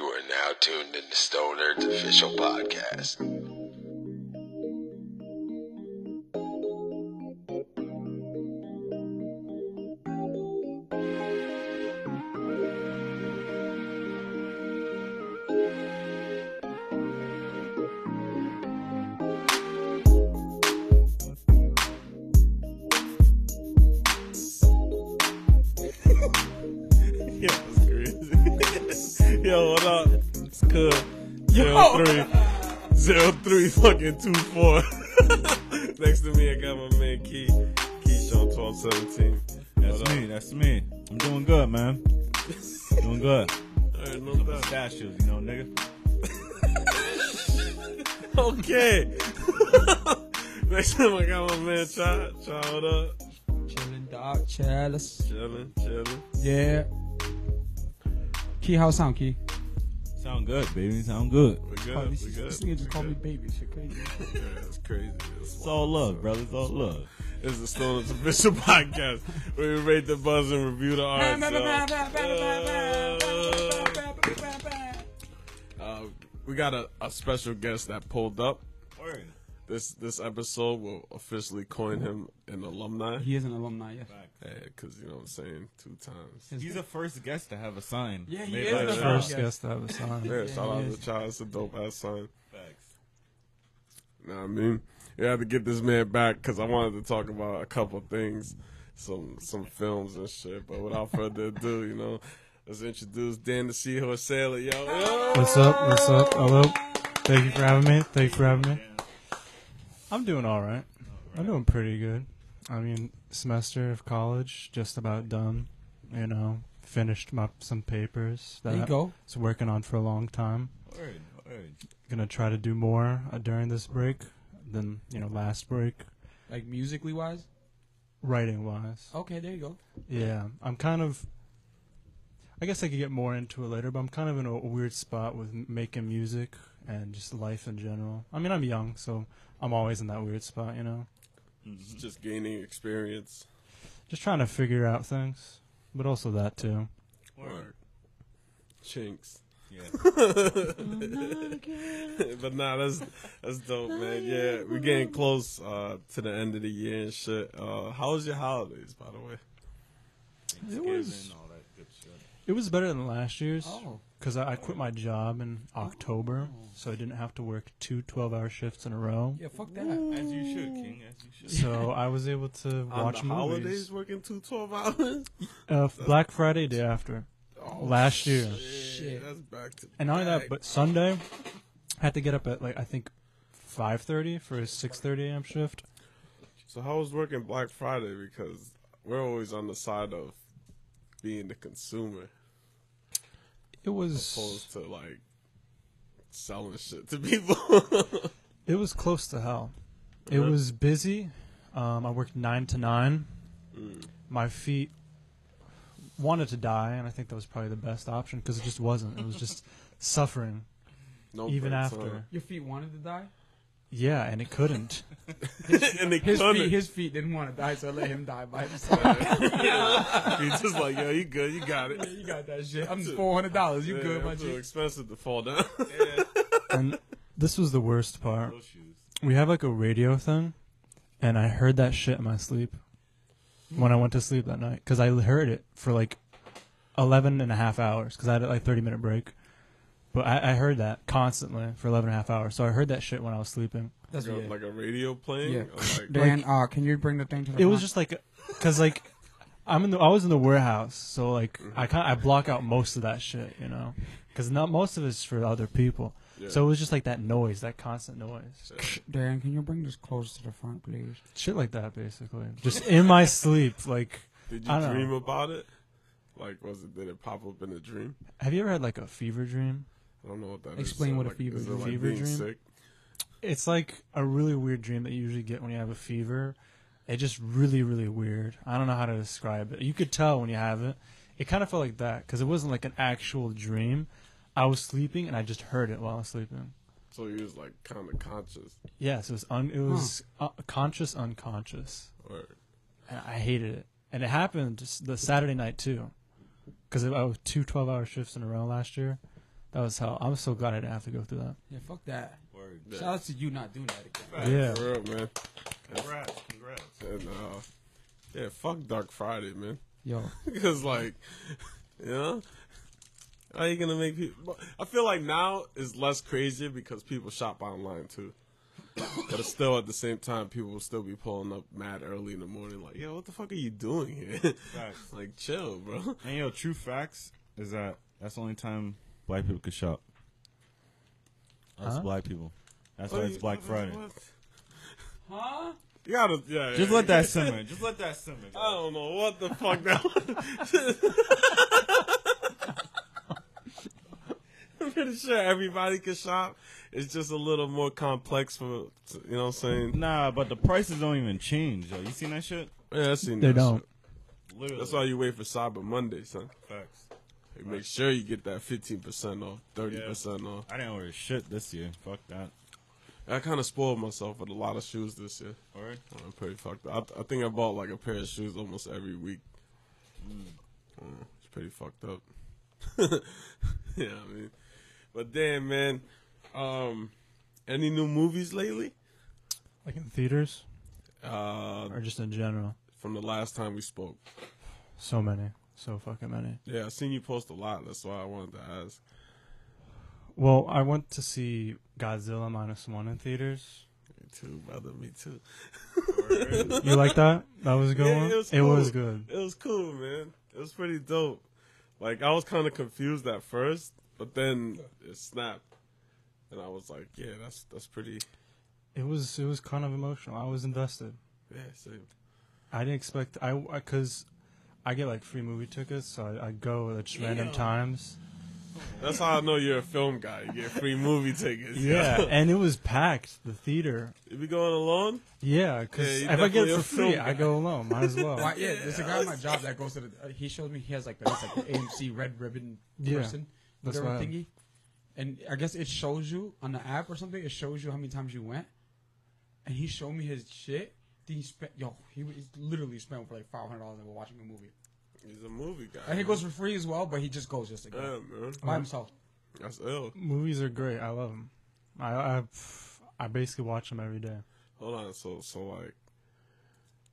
are now tuned in to Stone Earth official podcast. Yo, it's crazy. Yo, what up? It's good. Zero three, zero three, fucking two four. Next to me, I got my man Key, Keyshawn twelve seventeen. That's me. That's me. I'm doing good, man. doing good. Alright, no doubt. Pistachios, you know, nigga. Okay. Next time, I got my man Chad. Chad, what up? Chillin' dog, chalice. Chilling, chilling. Yeah. Key, how sound, Key? Sound good, baby. Sound good. We Oh, good. this, We good. this nigga we just called me good. baby. Shit crazy. Yeah, it's crazy. It's It's all love, brother. It's all love. It's the Stoner's official podcast where we rate the buzz and review the art. So, uh, uh, we got a, a special guest that pulled up. This this episode will officially coin him an alumni. he is an alumni, yes. Because, you know what I'm saying, two times. He's the first guest to have a sign. Yeah, he made is by the Chaz. first. Yeah. guest to have a sign. Yeah, shout out he to is. Charles. It's a dope ass son. Facts. You know what I mean? You had to get this man back because I wanted to talk about a couple things, some some films and shit. But without further ado, you know, let's introduce Dan the Seahorse Sailor, yo. yo. What's up? What's up? Hello. Thank you for having me. Thank you for having me. I'm doing all right. I'm doing pretty good. I mean, semester of college just about done. You know, finished my some papers that There you I go. was working on for a long time. Word, word. Gonna try to do more uh, during this break than you know last break. Like musically wise. Writing wise, Okay, there you go. yeah, I'm kind of. I guess I could get more into it later, but I'm kind of in a weird spot with m- making music and just life in general. I mean, I'm young, so I'm always in that weird spot, you know, It's just gaining experience. just trying to figure out things, but also that too. Word. Chinks. Yeah. but nah, that's that's dope, man. Yeah, we're getting close uh, to the end of the year and shit. Uh, how was your holidays, by the way? It was it was better than last year's Oh. because I, I quit my job in October, Oh. so I didn't have to work two 12-hour shifts in a row. Yeah, fuck that. As you should, King. As you should. So I was able to watch On the holidays, movies. working two twelve hours. Uh, Black Friday day after Oh, last year. Yeah, Shit. that's back to And not only back. that, but Sunday, I had to get up at like I think five thirty for a six thirty a.m. shift. So how was working Black Friday? Because we're always on the side of being the consumer It was opposed to like selling shit to people. it was close to hell. It Really? was busy. Um, I worked nine to nine. My feet wanted to die, and I think that was probably the best option because it just wasn't. It was just suffering no even breaks, after. Your feet wanted to die? Yeah, and it couldn't. huh? and they His couldn't. feet, his feet didn't want to die, so I let him die by himself. He's just like, yo, you good? You got Yeah, it. you got that shit. I'm $400. You Yeah, good, my it's too G? expensive to fall down. and this was the worst part. Those shoes. We have like a radio thing, and I heard that shit in my sleep when I went to sleep that night because I heard it for like 11 and a half hours because I had like 30 minute break. But I, I heard that constantly for 11 and a half hours. So I heard that shit when I was sleeping. That's Like a- weird. Like a radio playing. Yeah. or Like, Dan, uh, can you bring the thing to the It front? was just like, because like, I'm in the, I was in the warehouse, so like Mm-hmm. I kind I block out most of that shit, you know, because not most of it's for other people. Yeah. So it was just like that noise, that constant noise, Dan, can you bring this close to the front, please? shit like that, basically, just in my sleep. Like, did I you don't dream know. about it? Like, was it? Did it pop up in a dream? have you ever had like a fever dream? I don't know what that is. Explain Uh, what a like, fever is. It dream- like fever being dream? sick. It's like a really weird dream that you usually get when you have a fever. It's just really, really weird. I don't know how to describe it. You could tell when you have it. It kind of felt like that because it wasn't like an actual dream. I was sleeping and I just heard it while I was sleeping. So he was like kind of conscious. Yes, it was un- it was uh, conscious, unconscious, Or and I hated it. And it oh, happened just the Saturday night too, because I was two 12-hour shifts in a row last year. That was how. I'm so glad I didn't have to go through that. Yeah, fuck that. Word. Shout out to you not doing that again. Yeah. For real, man. Congrats. Congrats. And, uh, yeah, fuck Dark Friday, man. Yo, Because, like, you know, how you going to make people. I feel like now is less crazy because people shop online, too. but it's still at the same time, people will still be pulling up mad early in the morning, like, yo, what the fuck are you doing here? Facts. like, chill, bro. And yo, true facts is that that's the only time black people could shop. That's Huh? black people. That's Oh, why it's you- Black Friday. huh? You gotta, yeah, yeah, Just yeah. let that simmer. Just let that simmer. I don't know what the fuck that was. I'm pretty sure everybody can shop. It's just a little more complex for you know what I'm saying. Nah, but the prices don't even change. Yo, you seen that shit? Yeah, I seen They that don't. shit. Literally. That's why you wait for Cyber Monday, son. Facts. You make sure you get that 15% off, 30% off. I didn't order shit this year. Fuck that. I kind of spoiled myself with a lot of shoes this year. Word. I'm pretty fucked up. I, I think I bought like a pair of shoes almost every week. Uh, it's pretty fucked up. yeah, I mean, but damn, man. Um, any new movies lately? Like in theaters Uh, or just in general. from the last time we spoke. So many. So fucking many. Yeah, I seen you post a lot. That's why I wanted to ask. Well, I went to see Godzilla minus one in theaters. Me too, brother. Me too. You like that? That was a good Yeah, one. it was It was cool. good. It was cool, man. It was pretty dope. Like I was kind of confused at first, but then it snapped, and I was like, "Yeah, that's that's pretty." It was. It was kind of emotional. I was invested. Yeah, same. I didn't expect. I because I, get like free movie tickets, so I, I go at just random times. That's how I know you're a film guy. You get free movie tickets. and it was packed. The theater. you be going alone? Yeah, Yeah, because you if I get definitely it a for film free, I guy. go alone. Might as well. Why, yeah, there's a guy at my job that goes to the. Uh, he shows me he has like the, it's like the AMC red ribbon Yeah, person, that's whatever what I have. thingy. And I guess it shows you on the app or something. It shows you how many times you went. And he showed me his shit. Then he spent yo. He was literally spent for like five hundred dollars on watching a movie. He's a movie guy. And he goes for free as well, but he just goes just to Yeah, go man. by himself. That's ill. Movies are great. I love them. I I, I basically watch them every day. Hold on. So, so like,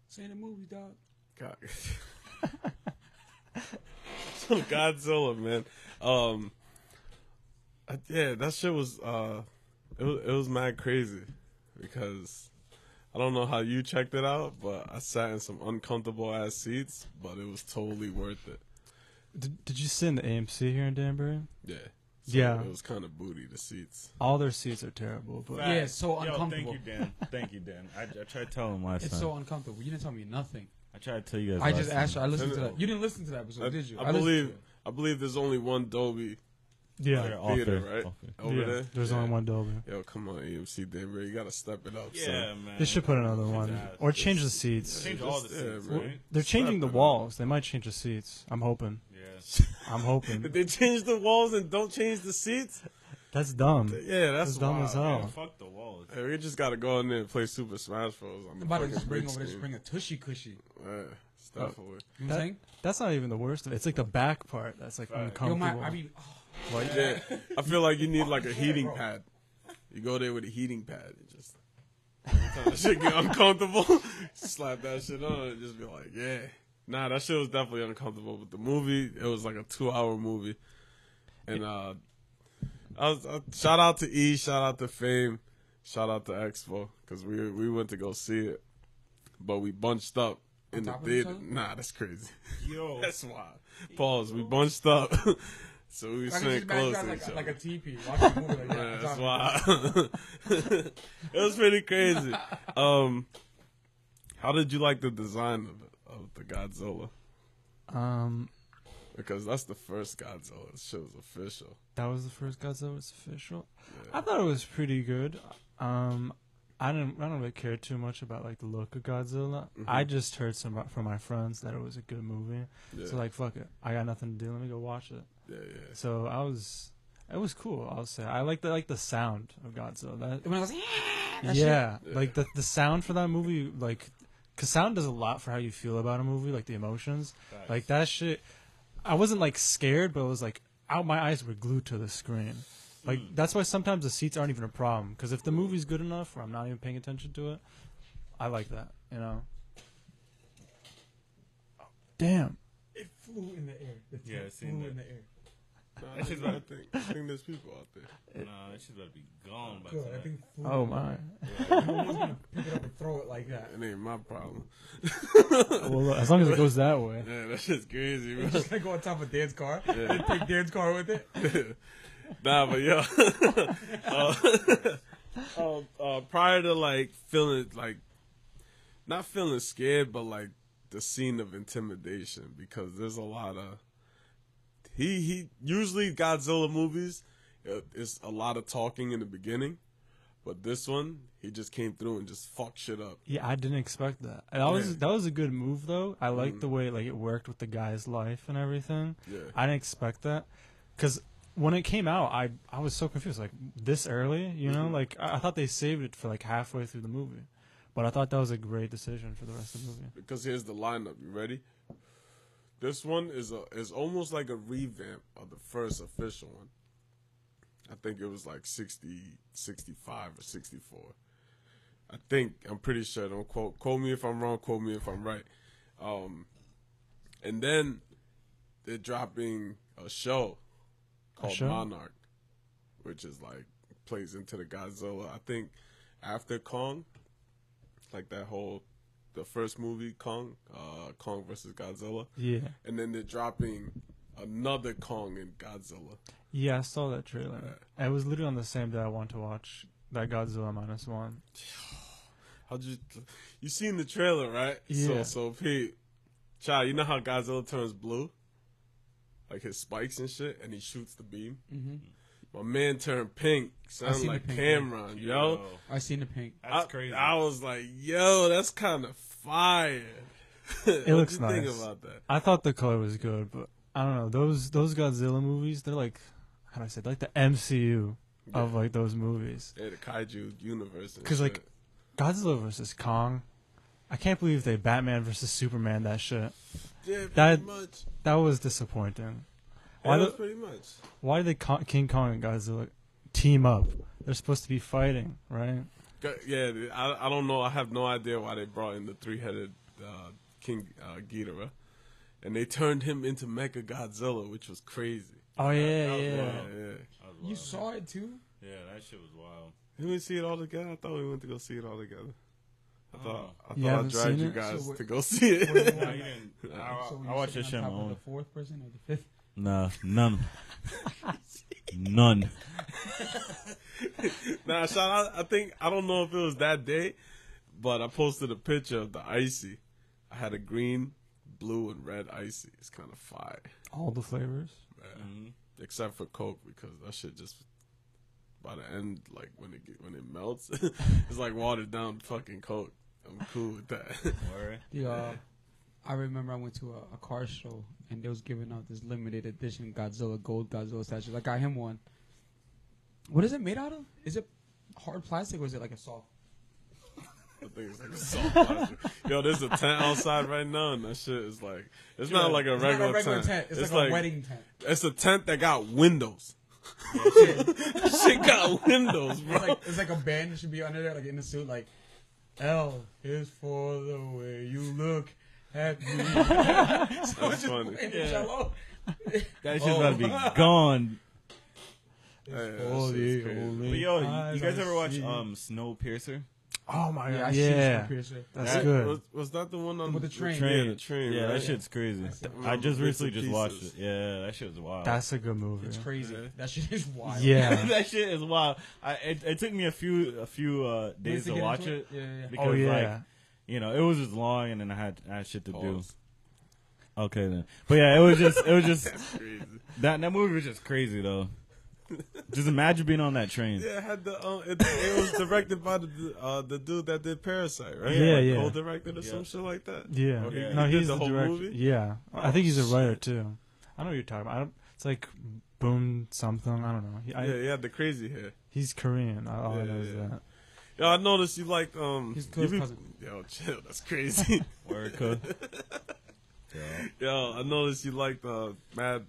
Say the movie, dog. God. so Godzilla, man. Um, I- yeah, that shit was uh, it was it was mad crazy because I don't know how you checked it out, but I sat in some uncomfortable ass seats, but it was totally worth it. Did, did you sit in the AMC here in Danbury? Yeah. Yeah. It was kind of booty the seats. All their seats are terrible, but Yeah, it's so uncomfortable. Yo, thank you, Dan. Thank you, Dan. I, I tried to tell him last It's time. so uncomfortable. You didn't tell me nothing. I tried to tell you guys. I last just time. asked you. I listened No, to no. that. You didn't listen to that episode, did I, you? listened to believe it. I believe there's only one Dolby yeah, They're yeah. all theater, fair. right? All fair. Over there. There's yeah. only one Dolby. Yo, come on, AMC Denver, you gotta step it up. Yeah, son. man. They should put another It's one ass. or change the seats. Change all the Yeah, seats, bro. right? They're changing the Step it up. walls. They might change the seats. I'm hoping. Yeah. I'm If hoping. they change the walls and don't change the seats, That's dumb. yeah, that's, That's dumb wild. as hell. Yeah, fuck the walls. Hey, we just gotta go in there and play Super Smash Bros. on I'm the about to fucking just bring big over this, screen. bring a tushy cushy. Yeah, it's Uh, definitely. You know what I'm That- saying? That's not even the worst of it. It's like the back part that's like Yo, my, uncomfortable. I mean, Like, yeah, I feel like you need like a Yeah, heating bro. pad. You go there with a heating pad and just. every time that shit get uncomfortable. slap that shit on and just be like, yeah. Nah, that shit was definitely uncomfortable. But the movie, it was like a two-hour movie, and uh, I was uh, shout out to E, shout out to Fame, shout out to Expo because we we went to go see it, but we bunched up in the top of each theater. other? Nah, that's crazy. Yo, That's why. Pause. We bunched up, so we were I can just sitting imagine close you guys to like, each a- other. like a teepee watching a movie like that. Yeah, It's that's awesome. why. it was pretty crazy. Um, how did you like the design of, of the Godzilla? um, Because that's the first Godzilla. This shit was official. that was the first Godzilla was official. I thought it was pretty good. Um, I didn't. I don't really care too much about like the look of Godzilla. Mm-hmm. I just heard some from my friends that it was a good movie. Yeah, So like, fuck it. I got nothing to do. Let me go watch it. yeah, yeah. So I was. It was cool. I'll say. I like the like the sound of Godzilla. That When I was like, "Ah!" that shit- yeah, Yeah. like the the sound for that movie, like, cause sound does a lot for how you feel about a movie, like the emotions, like that shit. I wasn't like scared, but it was like out my eyes were glued to the screen. Like that's why sometimes the seats aren't even a problem because if the movie's good enough, or I'm not even paying attention to it, I like that. You know. Damn. It flew in the air. The Yeah, tape I seen flew that. in the air. Nah, That shit's I about- think, I think there's people out there. Nah, that shit's about to be gone by Good. tonight. I think flew. Oh my. No one's gonna pick it up and throw it like that. It ain't my problem. Well, look, as long as it goes that way. Yeah, that shit's crazy, It's bro. just like go on top of Dan's car. Yeah. They take Dan's car with it. nah, but yo, uh, uh, uh, prior to like feeling like not feeling scared, but like the scene of intimidation because there's a lot of he he usually Godzilla movies uh, it's a lot of talking in the beginning, but this one he just came through and just fucked shit up. Yeah, I didn't expect that. That was Yeah. Mm-hmm. that was a good move though. I liked the way like it worked with the guy's life and everything. Yeah, I didn't expect that because when it came out, I I was so confused. Like this early, you know, Mm-hmm. like I, I thought they saved it for like halfway through the movie, but I thought that was a great decision for the rest of the movie. because here's the lineup. You ready? This one is a is almost like a revamp of the first official one. I think it was like 60, 65 or 64. I think I'm pretty sure. Don't quote quote me if I'm wrong. Quote me if I'm right. Um, and then they're dropping a show called show? Monarch, which is like plays into the Godzilla. I think after Kong, like that whole the first movie Kong, uh, Kong versus Godzilla, Yeah, and then they're dropping another Kong and Godzilla. yeah, I saw that trailer. Uh. It was literally on the same day I wanted to watch that Godzilla minus one. How'd you? You seen the trailer, right? So, Yeah. so Pete, child, you know how Godzilla turns blue, like his spikes and shit, and he shoots the beam. Mm-hmm. My man turned pink, I sound seen like the pink, Cameron, yo. I seen the pink. that's I- crazy. I was like, yo, that's kind of fire. It looks you nice. Think about that. I thought the color was good, but I don't know those those Godzilla movies. They're like how do I say it? like the MCU of like those movies. Yeah, the kaiju universe. and Because like shit. Godzilla versus Kong, I can't believe they Batman versus Superman that shit. yeah, pretty that- much. That was disappointing. Yeah, Why that's the- pretty much. Why did Con- King Kong and Godzilla team up? They're supposed to be fighting, right? Go- Yeah, I, I don't know. I have no idea why they brought in the three headed uh, King uh, Ghidorah, and they turned him into Mecha Godzilla, which was crazy. Oh yeah, that was yeah. Yeah, wild. yeah. That was You wild. saw it too? Yeah, that shit was wild. We didn't see it all together. I thought we went to go see it all together. I thought I, You thought I haven't seen dragged you it? guys So what- to go see it. No, you didn't. I, So were you I watched sitting this shit on on my top of own. The fourth person or the fifth? Nah, none. none. nah, shout out. I think I don't know if it was that day, but I posted a picture of the icy. I had a green, blue, and red icy. It's kind of fire. All the flavors. Mm-hmm. except for Coke because that shit just by the end, like when it get, when it melts, it's like watered down fucking Coke. I'm cool with that. Word. The, uh, I remember I went to a, a car show and they was giving out this limited edition Godzilla gold Godzilla statue. I got him one. What is it made out of? Is it hard plastic or is it like a soft? I think it's like a salt water. Yo, there's a tent outside right now, and that shit is like it's not like a It's regular, not a regular tent. It's, like, like- a wedding tent. It's a tent that got windows. shit got windows, bro. It's like it's like a band that should be under there, like in a suit, like L is for the way you look at me. That's funny. in the cello. That shit's Oh. about to be gone. Yeah, that Oh, shit's the crazy. only- But yo, you, Eyes you guys I ever watch see. um Snowpiercer? Oh my Yeah, I god. see Yeah, this piercer. that's That- good. Was, was that the one on With the train. Yeah, the train. Yeah, right? that shit's crazy. it. I just Bits recently and just watched it. pieces. Yeah, that shit was wild. That's uh, a good movie. It's crazy. Yeah. That shit is wild. Yeah. that shit is wild. I, it, it took me a few a few uh, days Minutes to get watch into it Yeah, yeah, yeah. because oh like yeah. you know it was just long and then I had I had shit to do. Pause. Okay then, but yeah, it was just it was just crazy. that that movie was just crazy though. Just imagine being on that train. Yeah, it had the uh, it, it was directed by the uh, the dude that did Parasite, right? Yeah, Like yeah. Co-directed or some Yeah. shit like that. yeah. Oh, he- No, he did he's the the, whole director. movie? Yeah, I think he's a Oh, writer too. I know what you're talking about. I don't, it's like Boom something. I don't know. He, I, yeah, he had the crazy hair. He's Korean. I- All I Yeah, know is yeah. that. Yo, I noticed you liked um. His you close cousin. Yo, chill. That's crazy. Word, cuz. yo, I noticed you liked uh, Mad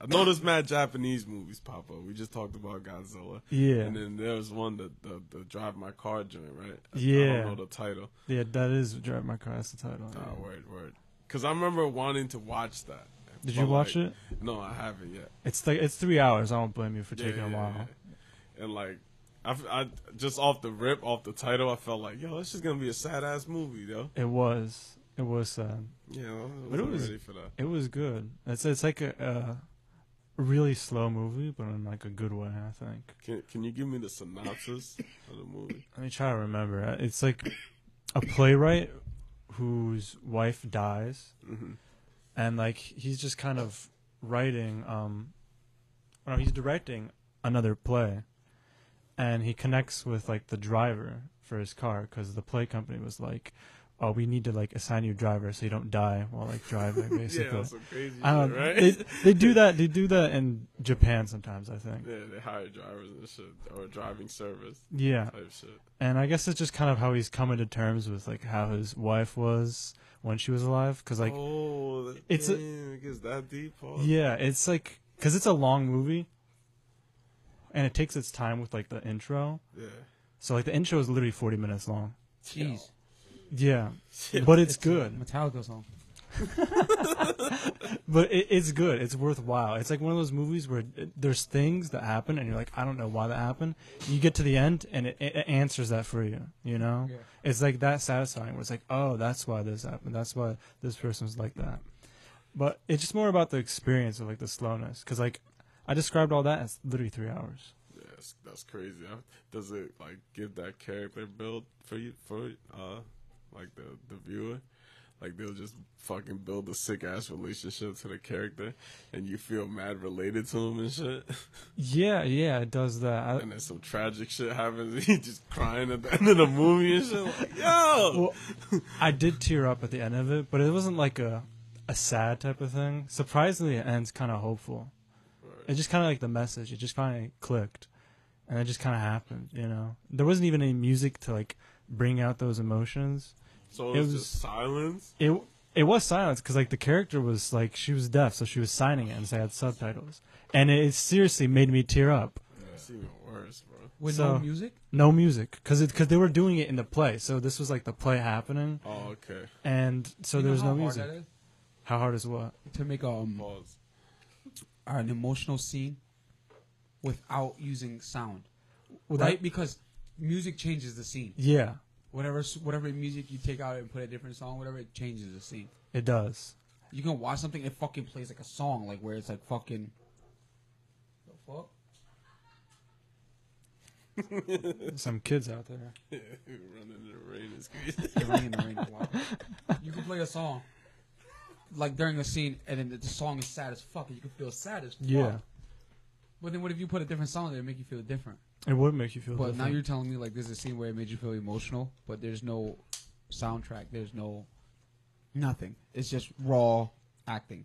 I know there's mad Japanese movies pop up. We just talked about Godzilla. Yeah. And then there was one that the, the Drive My Car joint, right? I- I Yeah. don't know the title. Yeah, that is Drive My Car. That's the title. Ah, word, word. Because I remember wanting to watch that. Did you But, watch like, it? No, I haven't yet. It's like it's three hours. I don't blame you for Yeah, taking a yeah, while. yeah. And like, I, f- I- just off the rip, off the title, I felt like, yo, this is gonna be a sad ass movie, though. It was. It was sad. Yeah, I wasn't But it was- ready for that. It was good. It's it's like a, a really slow movie, but in like a good way. I think. Can Can you give me the synopsis of the movie? Let me try to remember. It's like a playwright whose wife dies, hmm and like he's just kind of writing um no he's directing another play and he connects with like the driver for his car because the play company was like oh we need to like assign you a driver so you don't die while like driving basically Yeah, that's some crazy I don't shit, right? they, they do that they do that in japan sometimes i think yeah, they hire drivers and shit, or driving service yeah type shit. and i guess it's just kind of how he's coming to terms with like how his wife was when she was alive because like oh, it's a- damn, it gets that deep. Paul? Yeah, it's like because it's a long movie, and it takes its time with like the intro. yeah. So like the intro is literally forty minutes long. Jeez. Yeah, but it's good. Metallica song. But it, it's good. It's worthwhile. It's like one of those movies where it- there's things that happen, and you're like, I don't know why that happened. You get to the end, and it, it answers that for you. You know, Yeah. it's like that satisfying. Where it's like, oh, that's why this happened. That's why this person's like that. But it's just more about the experience of like the slowness, because like I described all that as literally three hours. Yeah, that's, that's crazy. I- Does it like give that character build for you for uh like the the viewer? Like they'll just fucking build a sick ass relationship to the character, and you feel mad related to him and shit. Yeah, yeah, it does that. I, And then some tragic shit happens. He just crying at the end of the movie and shit. Like, yo, well, I did tear up at the end of it, but it wasn't like a a sad type of thing. Surprisingly, it ends kind of hopeful. It just kind of like the message. It just kind of clicked, and it just kind of happened. You know, there wasn't even any music to like bring out those emotions. so it it was was- just silence. It it was silence because like the character was like she was deaf, so she was signing it, and so I had subtitles, and it, it seriously made me tear up. It's even worse, bro. With So- no music? No music, because because they were doing it in the play, so this was like the play happening, Oh, okay. and so You know there's how no hard music. that is? How hard is what? To make um, Pause. an emotional scene without using sound. Well, right? that- because music changes the scene. yeah, Whatever s- whatever music you take out and put a different song, whatever, it changes the scene. it does. You can watch something, it fucking plays like a song, like where it's like fucking. The fuck? Some kids out there. Running in the rain is crazy. It rained and rained a lot. You can play a song, like during a scene, and then the- the song is sad as fuck, and you can feel sad as fuck. Yeah, But then what if you put a different song there and make you feel different? it would make you feel. But now different. you're telling me like there's a scene where it made you feel emotional, but there's no soundtrack, there's no nothing. It's just raw acting.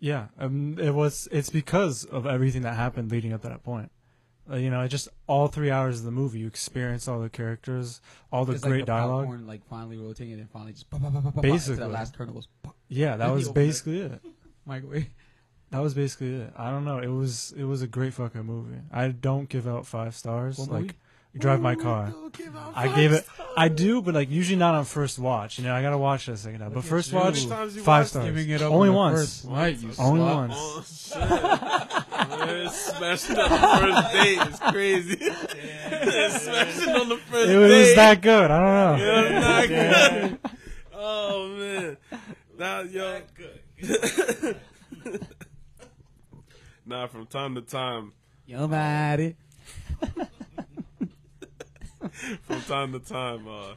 Yeah, um, it was. It's because of everything that happened leading up to that point. Uh, you know, it just all three hours of the movie, you experience all the characters, all the it's great like the dialogue. popcorn, like finally rotating and then finally just bah, bah, bah, bah, bah, Basically. Bah, after that last kernel goes bah, Yeah, that Video was over basically it. microwave. That was basically it. I don't know. It was it was a great fucking movie. I don't give out five stars. What like, movie? drive my car. I gave it. I do, but like usually not on first watch. You know, I gotta watch it a second time. But first you. How watch, many times you five watched stars. Giving it up Only on the once. first night, you Only slut. once. Oh shit! Man, smashing on the first date is crazy. smashing on the first It was, date. that good. I don't know. It was not good. Oh man, that yo. Good. nah, from time to time, Your body. from time to time, uh,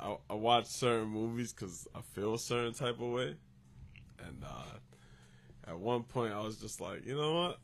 I, I watch certain movies because I feel a certain type of way, and uh, at one point I was just like, you know what,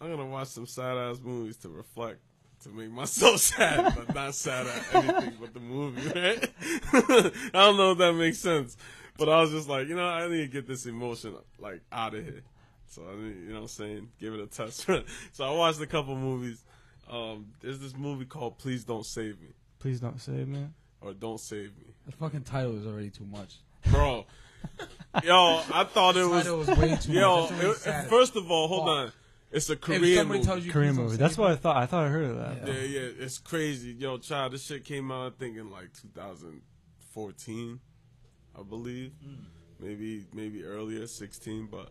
I'm gonna watch some sad ass movies to reflect. To make myself sad, but not sad at anything but the movie, right? I don't know if that makes sense. But I was just like, you know, I need to get this emotion like out of here. So I mean, you know what I'm saying? Give it a test run. so I watched a couple movies. Um, there's this movie called Please Don't Save Me Please don't save me. or Don't Save Me, The fucking title is already too much. bro. Yo, I thought it was. title was way too Yo, much. That's already it- sad. first of all, hold Fuck. on. It's a Korean if somebody movie. tells you Korean please don't movie. say That's that, what I thought. I thought I heard of that. yeah, yeah, it's crazy. Yo, child, this shit came out. I think in like 2014, I believe, Hmm. maybe maybe earlier, 16. But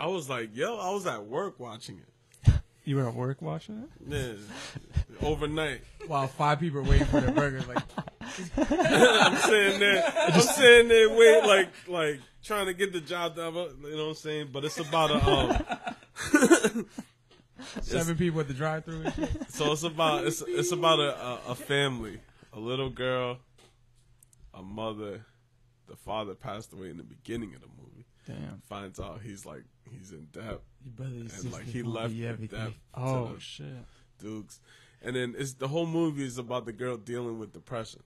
I was like, yo, I was at work watching it. You were at work watching it? Yeah, overnight. While five people are waiting for their burgers, like I'm sitting there, I'm sitting there, wait, like, like trying to get the job done. but- You know what I'm saying? But it's about a, um, seven people at the drive-through. and shit. so it's about it's it's about a, a a family, a little girl, a mother, the father passed away in the beginning of the movie. Damn. Finds out he's like he's in debt Your brother, your and sister, like he gonna left be in everything. debt Oh to shit. the Dukes, and then it's the whole movie is about the girl dealing with depression.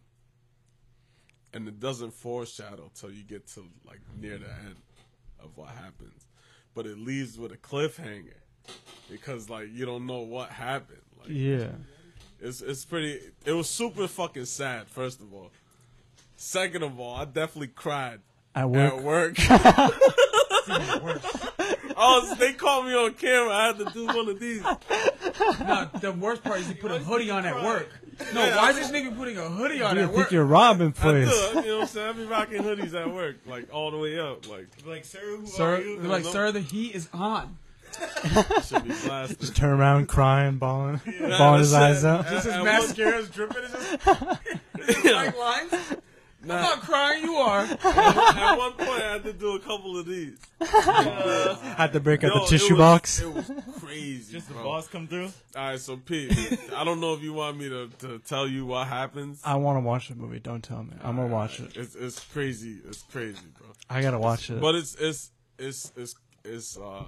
And it doesn't foreshadow till you get to like near the end of what happens, but it leaves with a cliffhanger because like you don't know what happened. Like, Yeah. it's it's pretty. It was super fucking sad. First of all, second of all, I definitely cried At work. at work. I was, they caught me on camera. I had to do one of these. No, Uh, the worst part is he put a hoodie on at work. No, why is this nigga putting a hoodie on You at work? think you're robbing I do, you place. know what I'm saying? I be rocking hoodies at work, like all the way up, like Like, sir, who Sir, are you? they're like, sir, the heat is on. should be blasted. Turn around crying, balling, Nah, balling his that eyes shit- out. at- This is at mascara's dripping. It's just one- yeah, like lines. I'm nah, not crying. You are. at one point, I had to do a couple of these. Had to break out Yo, the it tissue was- box. It was crazy. Just the bro. boss come through. All right, so Pete, I don't know if you want me to, to tell you what happens. I want to watch the movie. Don't tell me. I'm gonna watch it. Uh, It's it's crazy. It's crazy, bro. I gotta watch it. But it's it's it's it's it's uh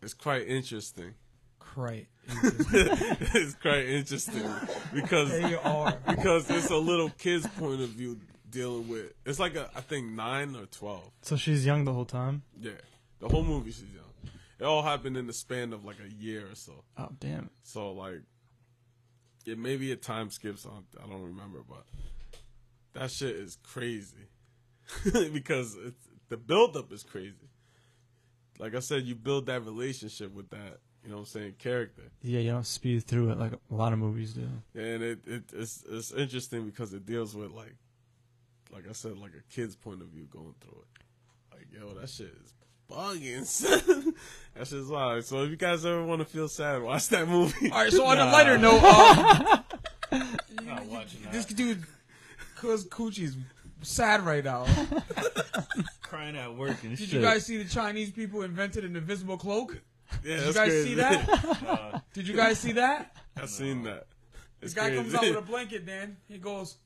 it's quite interesting. Right. it's quite interesting because They are. because it's a little kid's point of view dealing with. It's like a I think nine or twelve. So she's young the whole time. Yeah, the whole movie she's young. It all happened in the span of like a year or so. Oh damn. it. So like, it may be a time skip. So I don't remember, but that shit is crazy because it's, the buildup is crazy. Like I said, you build that relationship with that, you know what I'm saying, character, Yeah, you don't speed through it like a lot of movies do. and it, it it's it's interesting because it deals with like, like I said, like a kid's point of view going through it. Like yo, that shit is bugging. son. that shit's wild. So if you guys ever want to feel sad, watch that movie. All right. So on a lighter note, um, Not watching that. this dude, cause Coochie's sad right now. crying at work and Did shit. you guys see the Chinese people invented an invisible cloak? Yeah, Did you that's guys see crazy. that? Did you guys see that? I seen that. It's This guy crazy. comes out with a blanket, man. He goes,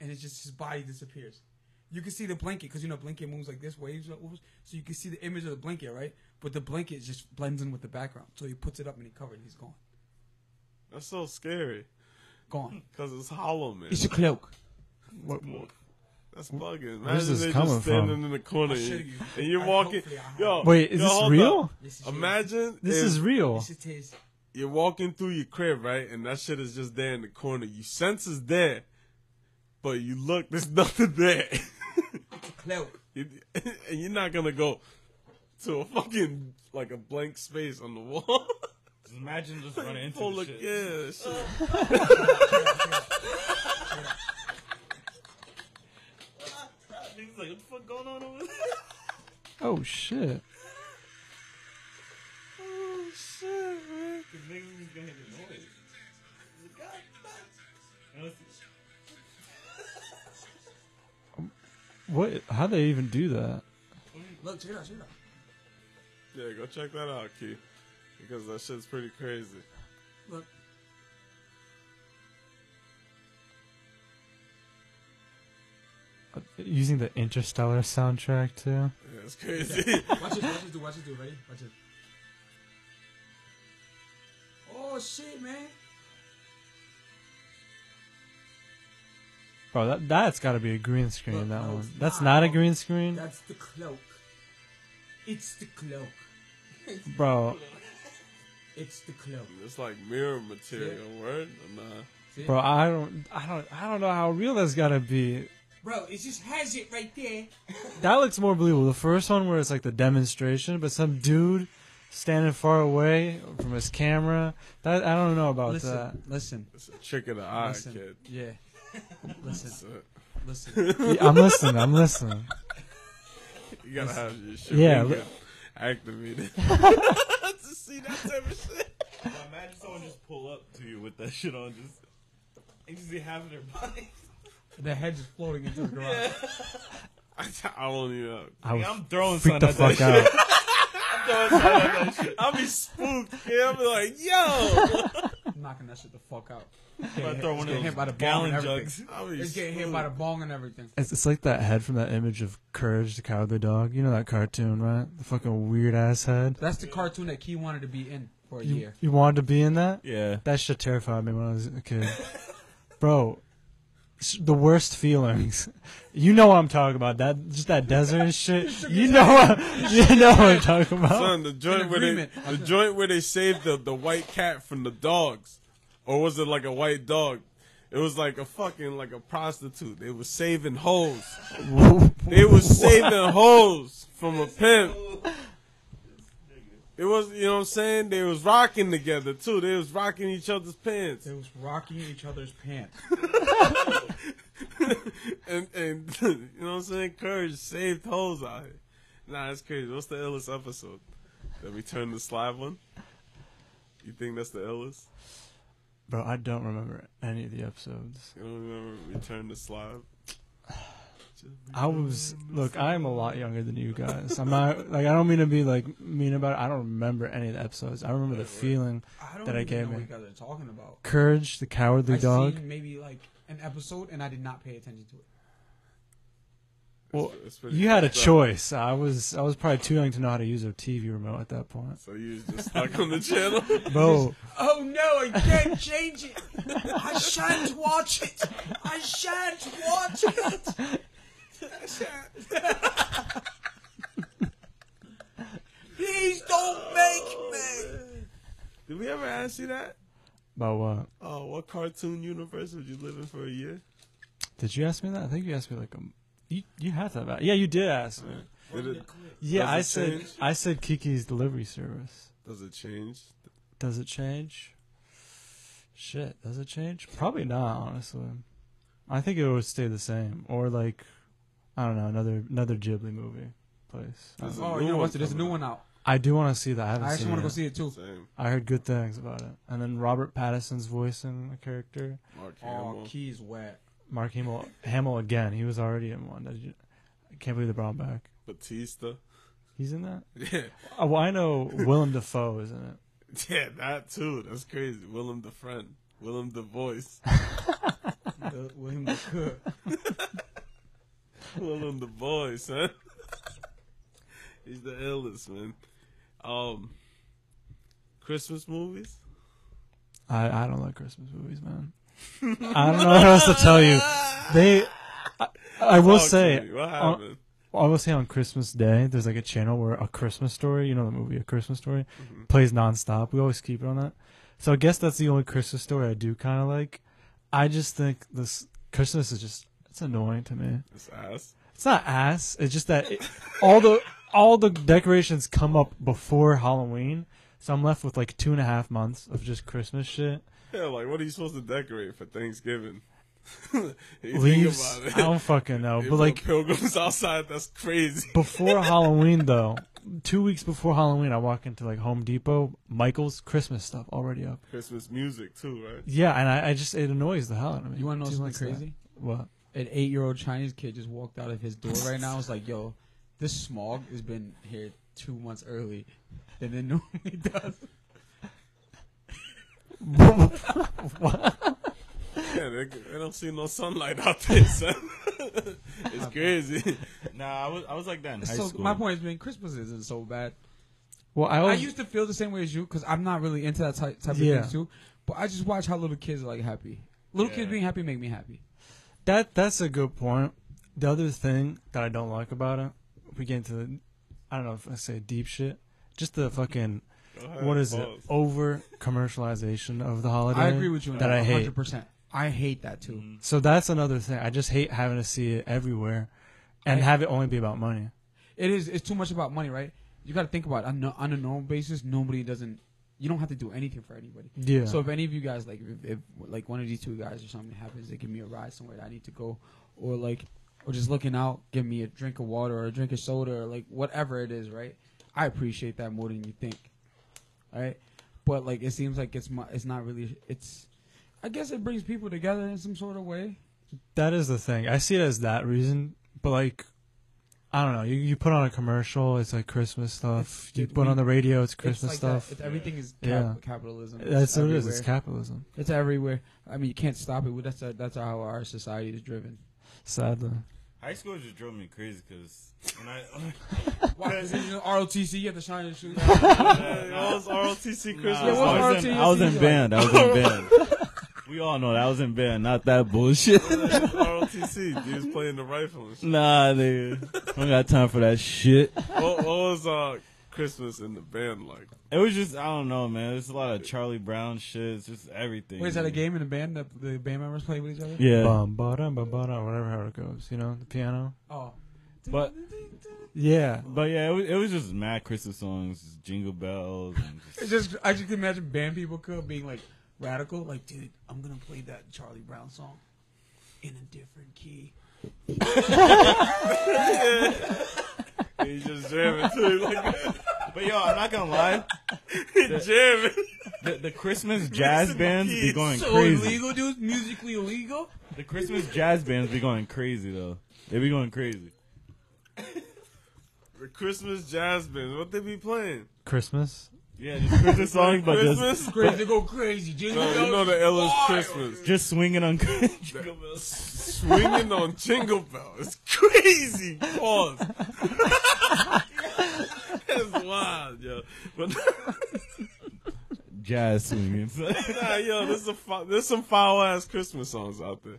and it's just his body disappears. You can see the blanket because you know blanket moves like this, waves, moves, so you can see the image of the blanket, right? But the blanket just blends in with the background, so he puts it up and he covered. it. He's gone, That's so scary gone. because it's hollow, man. It's a cloak. What, what- That's bugging. Imagine Where's this they coming just standing from? in the corner I'll show and, you. and you're I- walking. hopefully I- Yo, Wait, is yo, this hold real? up. This is Imagine This if is real. This is his. you're walking through your crib, right, and that shit is just there in the corner. You sense it's there, but you look, there's nothing there, It's a cloak. You- and you're not gonna go to a fucking like a blank space on the wall. Just imagine just running into Oh, the look, shit. yeah, shit. Niggas like, what the fuck going on over there? Oh shit. Oh shit, man. The niggas was gonna hear the noise. Like, God damn. And it's- What? How they even do that? Look, check it out, check it out. Yeah, go check that out, Key. Because that shit's pretty crazy. Look. Using the Interstellar soundtrack too. Yeah, it's crazy. Watch it, watch it, dude. Watch it, dude. Ready? Watch it. Oh shit, man! Bro, that that's got to be a green screen. Look, that no, one. it's That's not. not a green screen, That's the cloak. It's the cloak. bro. It's the cloak. it's like mirror material, word? Or nah? See? Bro, I don't, I don't, I don't know how real that's got to be. Bro, it just has it right there. That looks more believable. The first one where it's like the demonstration, but some dude standing far away from his camera. That I don't know about listen, that. uh, listen, It's a trick of the eye, listen. kid. Yeah. Listen, It's a- listen. Yeah, I'm listening. I'm listening. you gotta have your shit yeah, Yeah, li- activated. to see that type of shit. Imagine someone just pull up to you with that shit on, just and just be having their body. the head is floating into the garage. I, I don't even know. I was I'm throwing freak something the at that fuck out. I'll be spooked, kid. I'll be like, yo. I'm knocking that shit the fuck out. shit. I Getting throw hit- one getting of hit by the those bong and gallon everything. jugs. I'll be It's getting hit spooked. by the bong and everything. It's, it's like that head from that image of Courage the Cowardly Dog. You know that cartoon, right? The fucking weird ass head. That's the cartoon that Key wanted to be in for a You, year. you wanted to be in that? Yeah. That shit terrified me when I was a kid. Bro, s- the worst feelings. You know what I'm talking about. That just that desert and shit. You know what you know what I'm talking about. Son, the joint where they, agreement. the joint where they saved the, the white cat from the dogs, or was it like a white dog? It was like a fucking like a prostitute. They was saving hoes. They was saving hoes from a pimp. It was, you know what I'm saying? They was rocking together too. They was rocking each other's pants. They was rocking each other's pants. and and you know what I'm saying? Courage saved hoes out here. Nah, that's crazy. What's the illest episode? That we turned the slide one? You think that's the illest? Bro, I don't remember any of the episodes. You don't remember Return to Slide? I was look, I'm a lot younger than you guys. I'm not like I don't mean to be like mean about it. I don't remember any of the episodes. I remember the feeling. I don't That I even gave know what me. you guys are talking about. Courage the Cowardly I Dog. seen maybe like an episode and I did not pay attention to it. Well, It's pretty you had a fucked up. choice. I was I was probably too young to know how to use a TV remote at that point. So you was just stuck on the channel? Bro, Oh no, I can't change it. I shan't watch it. I shan't watch it. I shan't. Please don't make me. Did we ever ask you that? about what? Oh, what cartoon universe would you live in for a year? Did you ask me that? I think you asked me like um, you you have to have that. Yeah, you did ask me. Did it, Yeah, Does I it said change? I said Kiki's delivery service. does it change? Does it change? Shit, does it change? Probably not, honestly. I think it would stay the same, or like, I don't know, another another Ghibli movie place. I, don't Is know. it- Oh, new you know one what? There's a coming new one out. I do want to see that. I haven't I actually want want to go see it too. Same. I heard good things about it, and then Robert Pattinson's voicing the character. Mark Hamill. Oh, Key's wet. Mark Hamill, Hamill again. He was already in one. Did you- I can't believe they brought him back. Batista. He's in that. Yeah. Oh, well, I know Willem Dafoe is in it. Yeah, that too. That's crazy. Willem the friend. Willem the voice. The- William the Cook. Willem the boy, son. He's the illest, man. Um Christmas movies? I, I don't like Christmas movies, man. I don't know what else to tell you. They, I, I will Talk to say, uh, me. what on- happened? I will say on Christmas Day, there's like a channel where a Christmas story, you know the movie A Christmas Story, plays nonstop. We always keep it on that. So I guess that's the only Christmas story I do kind of like. I just think this Christmas is just it's annoying to me. It's ass. It's not ass. It's just that it, all the all the decorations come up before Halloween, so I'm left with like two and a half months of just Christmas shit. Yeah, like what are you supposed to decorate for Thanksgiving? you Leaves. I don't fucking know, If a but like pilgrims outside, that's crazy. before Halloween though, two weeks before Halloween, I walk into like Home Depot, Michael's Christmas stuff already up. Christmas music too, right? Yeah, and I, I just it annoys the hell out of me. You want to know Too something much of crazy? that. What? An eight-year-old Chinese kid just walked out of his door right now. It's like, yo, this smog has been here two months early than it normally does. Yeah, they, they don't see no sunlight out there, son. it's crazy. Nah, I was I was like that in high so school. my point has been Christmas isn't so bad. Well, I I always, used to feel the same way as you because I'm not really into that type, type Oh. Yeah. of thing too. But I just watch how little kids are like happy. Little Yeah. kids being happy make me happy. that that's a good point. The other thing that I don't like about it, we get into the, I don't know if I say deep shit, just the fucking Uh, Go ahead, what is it pause. over commercialization of the holiday. I agree with you on that I hate. 100%. I hate that too. So that's another thing. I just hate having to see it everywhere, and I- have it only be about money. It is. It's too much about money, right? You got to think about it. on a, on a normal basis. Nobody doesn't. You don't have to do anything for anybody. Yeah. So if any of you guys like, if, if like one of these two guys or something happens, they give me a ride somewhere that I need to go, or like, or just looking out, give me a drink of water or a drink of soda or like whatever it is, right? I appreciate that more than you think, all right? But like, it seems like it's my, it's not really. It's, I guess it brings people together in some sort of way. That is the thing. I see it as that reason, but like, I don't know. You, you put on a commercial, it's like Christmas stuff. It's- you dude, put we- on the radio, it's It's Christmas like that. stuff. It's, everything is cap- Yeah. capitalism. That's what it is. It's everywhere. capitalism, It's everywhere. I mean, you can't stop it. but That's that's how our society is driven. sadly. High school just drove me crazy because when I Why is it ROTC? You have to shine your shoes. I was ROTC Christmas. Yeah, what's I was in, ROTC? I was in band. I was in band. we all know that I was in band. Not that bullshit. ROTC, he was playing the rifle. And shit. nah, nigga. I don't got time for that shit. What, what was uh, Christmas in the band like? It was just I don't know, man. There's a lot of Charlie Brown shit. It's just everything. Wait, is that a man. game in a band that the band members play with each other? Yeah. Bum, ba-dum, ba-ba-dum, whatever how it goes. You know, the piano. Oh, But- Yeah. But yeah, it was, it was just mad Christmas songs, just jingle bells. And it's just, just I just can imagine band people could being like radical, like dude, I'm gonna play that Charlie Brown song in a different key. He just jamming too, like but yo, I'm not gonna lie, jamming. the, the Christmas jazz bands be going so crazy. illegal, dude. Musically illegal. The Christmas jazz bands be going crazy though. They be going crazy. The Christmas jazz bands, what they be playing? Christmas. Yeah, just Christmas songs, but just Christmas. Crazy to go crazy. Jingle No, you know bells. the illest wild. Christmas. just swinging on. Swinging on Jingle Bell. It's crazy. Pause. it's wild, yo. But jazz swinging. nah, yo, this is a fi- there's some foul ass Christmas songs out there.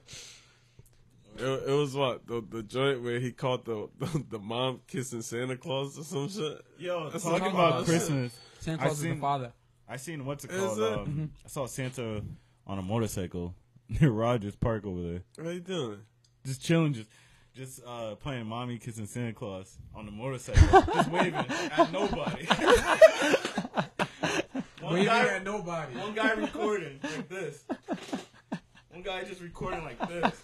It, it was what the, the joint where he caught the, the the mom kissing Santa Claus or some shit. yo, That's talking talking about about Christmas. Santa I've Claus is the seen- father. I seen what's it Is called? it? Um, I saw Santa on a motorcycle near Rogers Park over there, How you doing? just chilling, just just uh, playing "Mommy Kissing Santa Claus" on the motorcycle, just waving at nobody. one, Waving guy, at nobody. one guy recording like this. One guy just recording like this.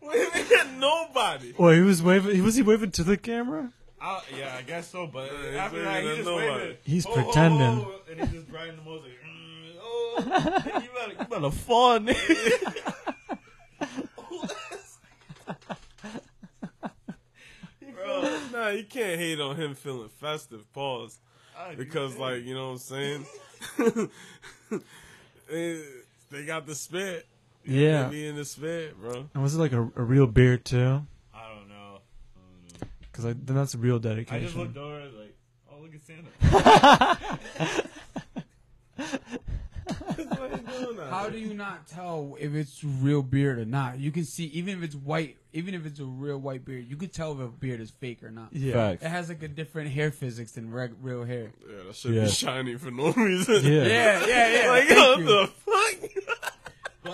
Wait a minute, nobody. Well, he was waving. He was he waving to the camera? I, yeah, I guess so. But he's after that, waving he at just nobody. waving. He's "Ho, ho, pretending. ho," Oh, and he's just riding the motorcycle. Mm, oh, nigga, you better, you better fall, nigga. Bro, nah, you can't hate on him feeling festive. Pause. I do Because, that. like, you know what I'm saying? Eh, they got the spit. Yeah. They be in the spit, bro. And was it like a, a real beard too? I don't know. I don't know. Because like, then that's real I just dedication. looked over I was like, oh look at Santa. Why you doing that? How do you not tell if it's real beard or not? You can see even if it's white, even if it's a real white beard, you could tell if a beard is fake or not. yeah. It has like a different hair physics than reg- real hair. Yeah, that should Yeah. be shiny for no reason. Yeah. Yeah, yeah, yeah. like, Thank what you. the fuck?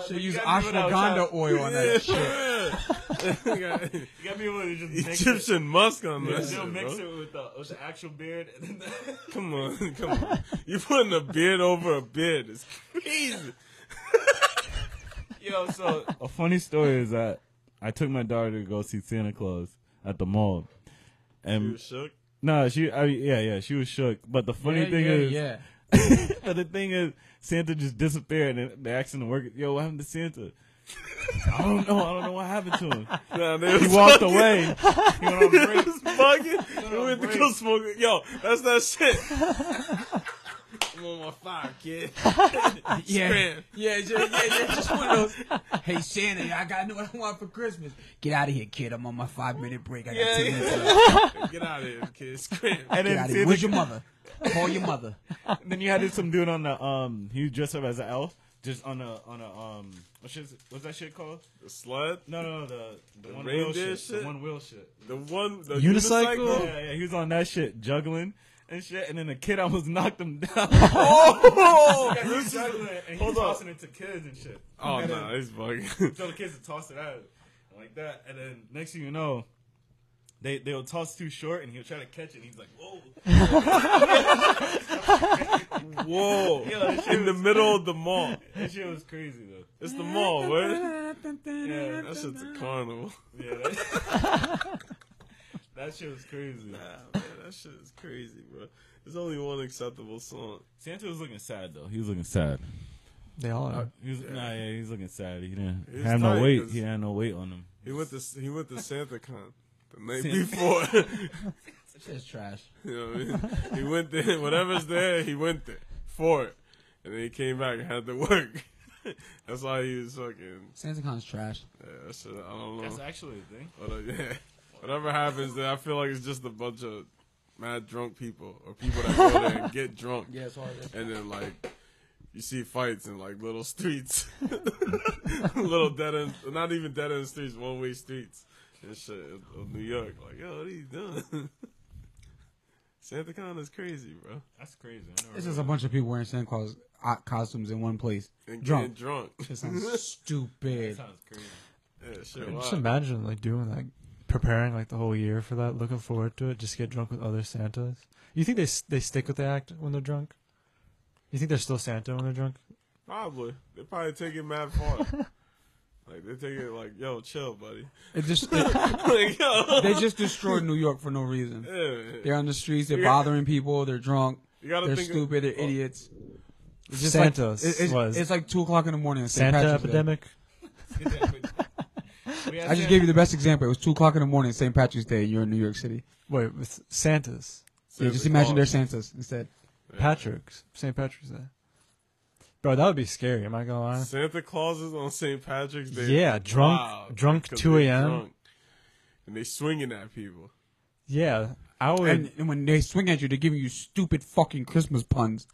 Should use gotta do it ashwagandha outside. oil on that shit. shit. You got me with just mix it. Egyptian musk on that Just shit, they'll mix bro. it with the, with the actual beard and then the Come on, come on. You putting a beard over a beard is crazy. Yo, so a funny story is that I took my daughter to go see Santa Claus at the mall. You And shook? no, she I yeah, yeah, she was shook. But the funny yeah, thing yeah, is yeah. but the thing is, Santa just disappeared, and they're asking the worker, "Yo, what happened to Santa?" I don't know. I don't know what happened to him. Nah, they He was walked away. He went on It break. was bugging. on We went to break. go smoke. it. Yo, that's that shit. I'm on my fire, kid. Yeah, Scram. yeah, ju- yeah, yeah, just one of those. Hey, Santa, I got what I want for Christmas. Get out of here, kid. I'm on my five minute break. I got Yeah, two minutes left. yeah. Get out of here, kid. Scram. And Get then, out of Santa- here. Where's your mother? Call your mother. and then you had this some dude on the um. He was dressed up as an elf, just on a on a um. What shit? is- What's that shit called? The sled. No, no, no, the the, one wheel reindeer shit, shit? The one wheel shit. The one. The Unicycle? unicycle? Yeah, yeah. He was on that shit juggling. and shit. And then the kid almost knocked him down. Oh, Yeah, he's juggling and he's Hold on. tossing it to kids and shit. oh And no, then- he's bugging. tell the kids to toss it out like that, and then next thing you know, they they'll toss too short, and he'll try to catch it. and He's like, "Whoa!" Whoa! Yeah, that shit In the was- middle of the mall. That shit was crazy though. It's the mall, what? Yeah, That shit's a carnival. yeah, that, that shit was crazy. man, that shit is crazy, bro. There's only one acceptable song. Santa was looking sad though. He was looking sad. They all are. He was nah, yeah, he was looking sad. He didn't He was have no tight weight. 'cause- He had no weight on him. He went to he went to SantaCon the night Santa- before. Shit's trash. you know what I mean? He went there. Whatever's there, he went there for it, and then he came back and had to work. That's why he was fucking. SantaCon's trash. Yeah, that shit, I don't know. That's actually a thing. But, uh, yeah. Whatever happens, there, I feel like it's just a bunch of mad drunk people or people that go there and get drunk. Yeah, it's hard. and then like you see fights in like little streets, little dead end, not even dead end streets, one way streets and shit of- of New York. Like, yo, what are you doing? Santa Con is crazy, bro. That's crazy. I never It's heard just a bunch of people wearing Santa Claus uh, costumes in one place. And Drunk. getting drunk. Just sounds that stupid. sounds crazy. Yeah, shit. Just wild. imagine like doing like preparing like the whole year for that, looking forward to it. Just get drunk with other Santas. You think they s- they stick with the act when they're drunk? You think they're still Santa when they're drunk? Probably. They probably take it mad far. like they take it like, yo, chill, buddy. It just they, like, yo. they just destroyed New York for no reason. Yeah. They're on the streets. They're Yeah. bothering people. They're drunk. you gotta They're think of- stupid. They're oh, idiots. It's like- Santa's it- it's, was it's like two o'clock in the morning. on St. Santa Patrick's Day. epidemic. We had I just Santa- gave you the best example. It was two o'clock in the morning, St. Patrick's Day. and You're in New York City. Wait, with Santas, Yeah, Santa just imagine they're Claus. Santas instead. Yeah. Patrick's, St. Patrick's Day. Bro, that would be scary. Am I gonna lie? Santa Claus is on St. Patrick's Day. Yeah, drunk, Wow, drunk, 'cause two they a.m. drunk. And they swinging at people. Yeah, I would. And, and when they swing at you, they're giving you stupid fucking Christmas puns.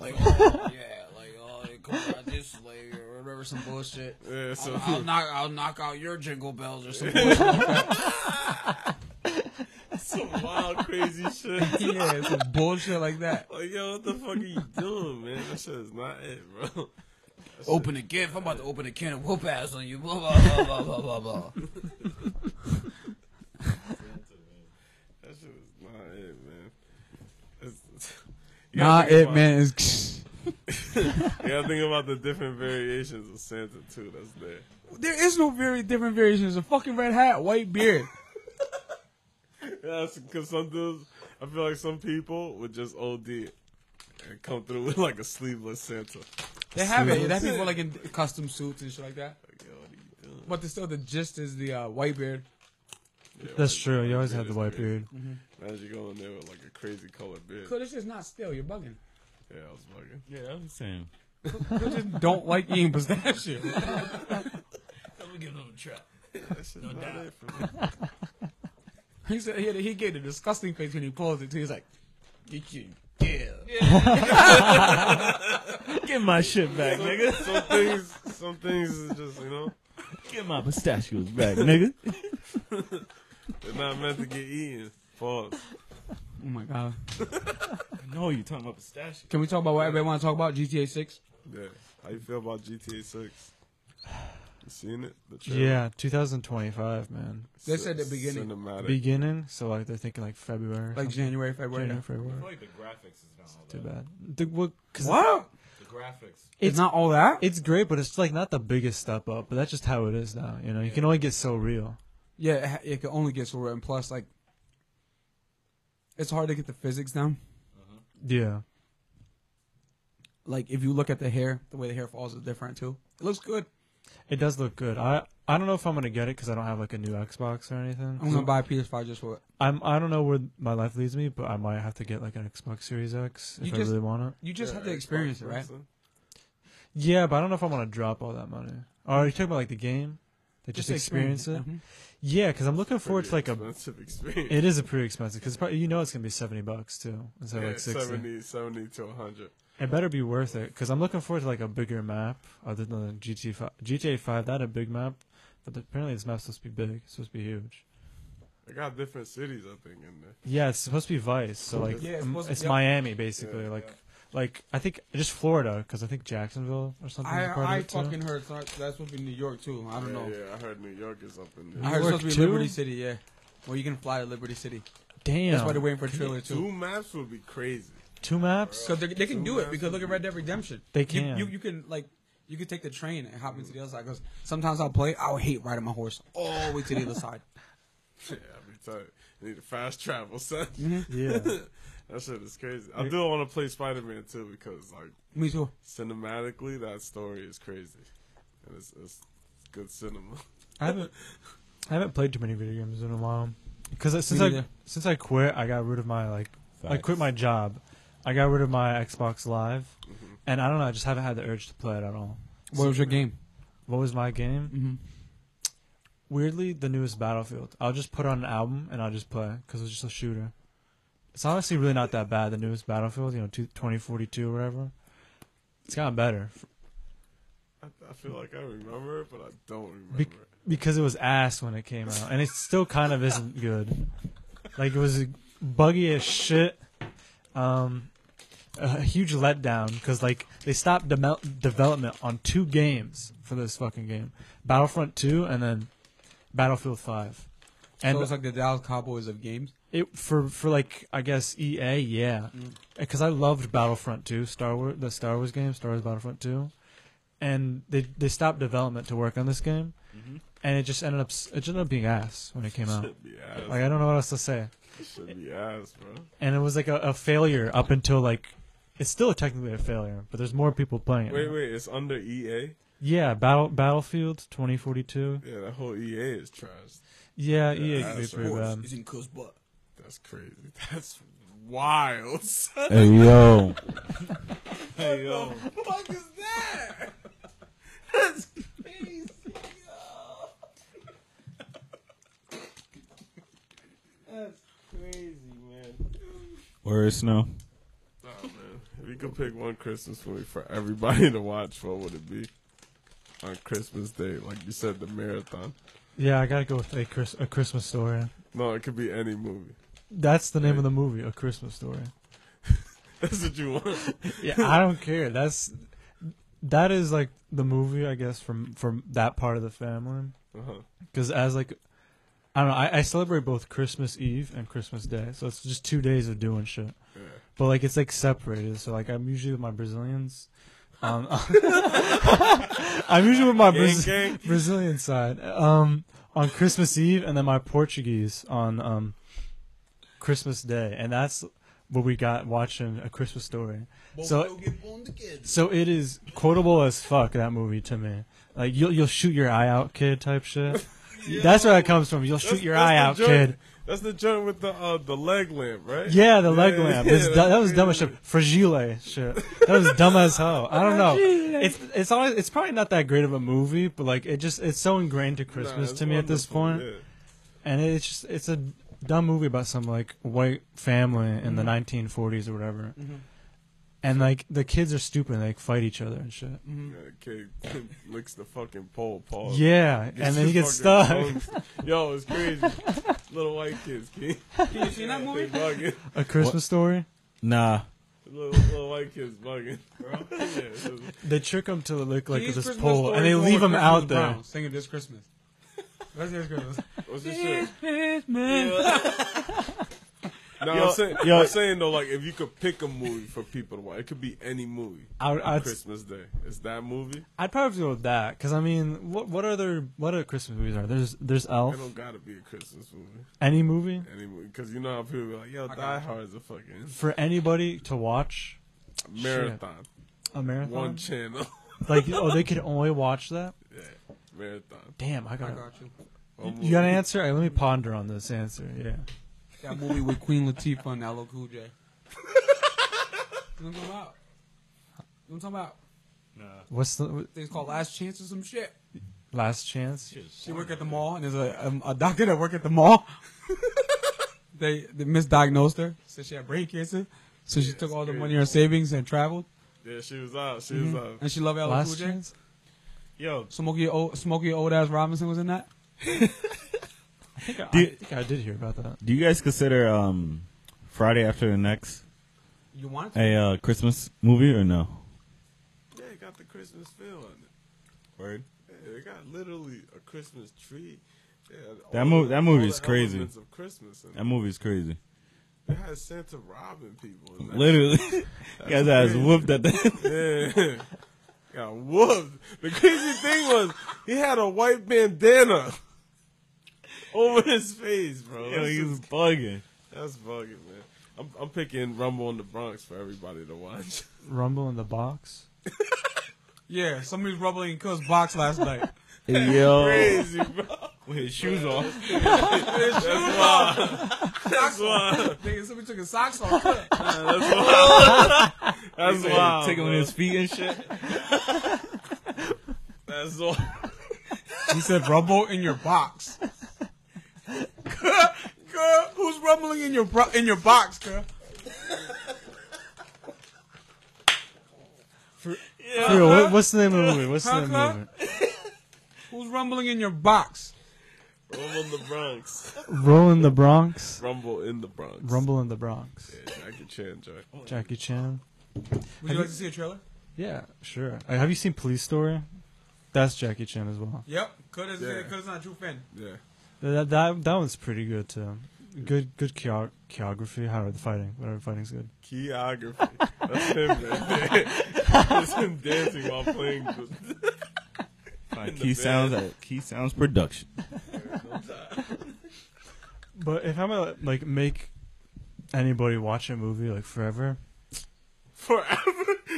Like, oh, yeah, like, oh, they come out this, like, or whatever, some bullshit. Yeah, so I'll, I'll knock, I'll knock out your jingle bells or some bullshit. some wild, crazy shit. yeah, it's some bullshit like that. Like, yo, what the fuck are you doing, man? That shit is not it, bro. open a gift. I'm about to open a can of whoop ass on you. Blah blah blah blah blah blah. blah. That shit is not it, man. It's, you Nah, gotta think Ah, it about- man is. You gotta think about the different variations of Santa too. That's there. There is no very different variations. A fucking red hat, white beard. Yeah, because some dudes, I feel like some people would just OD and come through with like a sleeveless Santa. They have it. They have people like in custom suits and shit like that. Like, yo, what are you doing? But the, still, the gist is the uh, white beard. Yeah, that's like, true. You always had the is white crazy. beard. Imagine you go in there with like a crazy colored beard. So this is not still. You're bugging. Yeah, I was fucking. Yeah, I'm saying. You just don't like eating pistachio. Let me give them a try. That's no not doubt. it for me. he said he, had- he gave a disgusting face when he closed it too. He's like, Get you. Yeah. Get my shit back, nigga. some things, some things is just you know Get my pistachios back, nigga. they're not meant to get eaten. Pause. oh my god. I know you're talking about pistachios. Can we talk about what everybody want to talk about? GTA Six. Yeah. How you feel about GTA Six? You seen it? The trailer? Yeah, 2025, man. They Ci- said the beginning. Cinematic. Beginning, so like they're thinking like February, or Like something. January, February. January, I February. feel like the graphics is not all Too that. bad. The, what, 'cause What? The graphics. It's, not all that. It's great, but it's like not the biggest step up. But that's just how it is now. You know, you can only get so real. yeah, it, ha- it can only get so real. And plus, like, it's hard to get the physics down. Yeah, Like, if you look at the hair, the way the hair falls is different too. It looks good. it does look good. I I don't know if I'm gonna get it because I don't have like a new Xbox or anything. I'm gonna buy a PS5 just for it. I'm I don't know where my life leads me, but I might have to get like an Xbox Series X if You I just- really want it. You just Yeah, have to Xbox experience it, right? person. Yeah, but I don't know if I want to drop all that money. Or are you talking about like the game? They just, to experience, it. Mhm. Yeah, because I'm looking forward Pretty to like a. expensive experience. It is a pretty expensive because you know it's gonna be seventy bucks too instead of yeah, like sixty. 70, 70 to 100. It better be worth it because I'm looking forward to like a bigger map other than the GTA five. GTA five that a big map, but apparently this map's supposed to be big. It's supposed to be huge. I got different cities, I think, in there. Yeah, it's supposed to be Vice. So like, Yeah, it's it's, supposed to- it's yep. Miami basically. Yeah, like, like I think just Florida because I think Jacksonville or Mm-hmm. something. is part of I, I it, too. fucking heard so- that's supposed to be New York too. I don't yeah, know. Yeah, I heard New York is up in there. I heard it's supposed York, to be too? Liberty City. Yeah. Well, you can fly to Liberty City. Damn. That's why they're waiting for a trailer too. Two maps would be crazy. Two maps. Because they, they can do it. Because look at Red Dead Redemption. They You- can. You, you can like. You can take the train and hop into the other side. Because sometimes I'll play. I'll hate riding my horse all the way to the other side. Yeah, I'll be tight. You need a fast travel, son. Mm-hmm. Yeah. that shit is crazy. I do want to play Spider Man too because, like, Me too. cinematically, that story is crazy. And it's, it's good cinema. I haven't. I haven't played too many video games in a while. Because since I neither. since I quit, I got rid of my like I quit my job. I got rid of my Xbox Live, Mm-hmm. and I don't know. I just haven't had the urge to play it at all. What was your game? What was my game? Mm-hmm. Weirdly, the newest Battlefield. I'll just put on an album and I'll just play because it's just a shooter. It's honestly really not that bad. The newest Battlefield, you know, two- 2042 or whatever. It's gotten better f- I, I feel like I remember it, but I don't remember Bec- it. because it was ass when it came out, and it still kind of isn't good. Like it was buggy as shit. Um, a huge letdown because like they stopped demel development on two games for this fucking game, Battlefront 2 and then Battlefield 5. And And so it's like the Dallas Cowboys of games. It for for like I guess EA, yeah, Mm. because I loved Battlefront 2, Star Wars, the Star Wars game, Star Wars Battlefront 2, and they they stopped development to work on this game, Mm-hmm. and it just ended up s- it just ended up being ass when it came out. Should be ass. like I don't know what else to say, should be ass, bro. and it was like a, a failure up until like it's still technically a failure, but there's more people playing. it. Wait, wait, it's under E EA? yeah, Battle Battlefield 2042, Yeah, that whole EA is trash. Yeah, yeah, EA could be that's pretty right. bad. It's in Cook's butt. That's crazy. That's wild, son. Hey yo, Hey, yo. fuck is that? That's crazy. That's crazy, man. where is snow? Nah, man. If you could pick one Christmas movie for everybody to watch, what would it be? On Christmas Day, like you said, the marathon. Yeah, I gotta go with a, Chris, a Christmas story. No, it could be any movie. That's the name of the movie, A Christmas Story. That's what you want. yeah, I don't care. That's that is like the movie, I guess, from from that part of the family. Uh-huh. Because as like, I don't know, I, I celebrate both Christmas Eve and Christmas Day, so it's just two days of doing shit. Yeah. But like, it's like separated. So like, I'm usually with my Brazilians. Um, I'm usually with my Braz- gang. Brazilian side um, on Christmas Eve, and then my Portuguese on um, Christmas Day, and that's what we got watching a Christmas story. So- We'll e get born the kids. So it is quotable as fuck that movie to me. Like you'll you'll shoot your eye out, kid type shit. That's where that comes from. You'll shoot That's- your that's eye the out, joint- kid. That's the joint with the uh, the leg lamp, right? Yeah, the leg yeah, lamp. yeah, It's du- that was that's dumb as pretty shit. Fragile shit. That was dumb as hell. I don't know. It's it's always it's probably not that great of a movie, but like it just it's so ingrained to Nah, Christmas it's to me at this wonderful, point. and it's just it's a dumb movie about some like white family in Mm-hmm. the 1940s or whatever. And like the kids are stupid, and they like, fight each other and shit. Yeah. Yeah, kid licks the fucking pole, Paul. Yeah, and then he gets stuck. Yo, it's crazy. Little white kids, kid. Can you see that They movie? bugging. A Christmas story. Nah, Little, little white kids bugging, bro. Yeah, it's just- They trick him to look like These this Christmas pole, and stories they go leave with him Christmas out there. Brown, Singing this Christmas. That's this Christmas. what's this shit? Yeah. No, Yo, I'm saying, yo. I'm saying though, like if you could pick a movie for people to watch, it could be any movie. I, on I'd, Christmas Day, it's that movie. I'd probably go with that because I mean, what what other what other Christmas movies are there? there's there's It Elf, don't gotta be a Christmas movie, any movie any movie, because you know how people be like, "Yo, Die Hard is a fucking for anybody to watch marathon, a marathon. one channel like oh, they could only watch that. marathon." Damn, I I got. got you. One You got an movie. answer? All right, let me ponder on this answer. Yeah. That movie with Queen Latifah and LL Cool J. You know what I'm talking about? You know what I'm talking about? What's the Things called Last Chance or some shit. last chance? She work at the mall, and there's a um, a doctor that work at the mall. they, they misdiagnosed her, so she had brain cancer. So she took all the money in her savings and traveled, Yeah, she was out. She Mm-hmm. was out. Mm-hmm. and she loved LL Cool Last J. chance? Yo, Smokey old Smokey old ass Robinson was in that. I think I, I Dude. think I did hear about that. Do you guys consider um, Friday After the Next You want a uh, Christmas movie or no? Yeah, it got the Christmas feel on it. Word. Yeah, it got literally a Christmas tree. Yeah, That all mov- the- that movie all the is crazy. elements Of Christmas in That it. movie's crazy. It has Santa robbing people. in that. Literally, you guys ass whooped at the. Yeah. Got whooped. The crazy thing was he had a white bandana over his face, bro. Yo, That's, he was just, bugging. that's bugging, man. I'm, I'm picking Rumble in the Bronx for everybody to watch. Rumble in the box. Yeah, somebody's rubbing in Kill's box last night. Yo, Crazy, bro. Oh. with his shoes off. That's wild. Nigga, somebody took his socks off. That's That's wild. Taking bro. his feet and shit. That's wild. He said, "Rumble in your box." girl, who's rumbling in your bro- in your box, girl? Uh-huh. Yo, what, what's the name of the movie? What's the Huh, name huh? of the movie? Who's rumbling in your box? Rumble in the Bronx. Roll in the Bronx. Rumble in the Bronx. Rumble in the Bronx. Yeah, Jackie Chan, Jack. Jackie Chan. Would you like to see a trailer? Yeah, sure. Uh, have you seen Police Story? That's Jackie Chan as well. Yep. Kurt is, Yeah. Kurt is not a true fan. Yeah. That that, that one's pretty good too. Good good choreo- choreography. How are the fighting? Whatever fighting's good. Geography. That's him right there. That's him dancing while playing. Key sounds. At Key sounds production. But if I'm gonna like make anybody watch a movie like forever, Forever.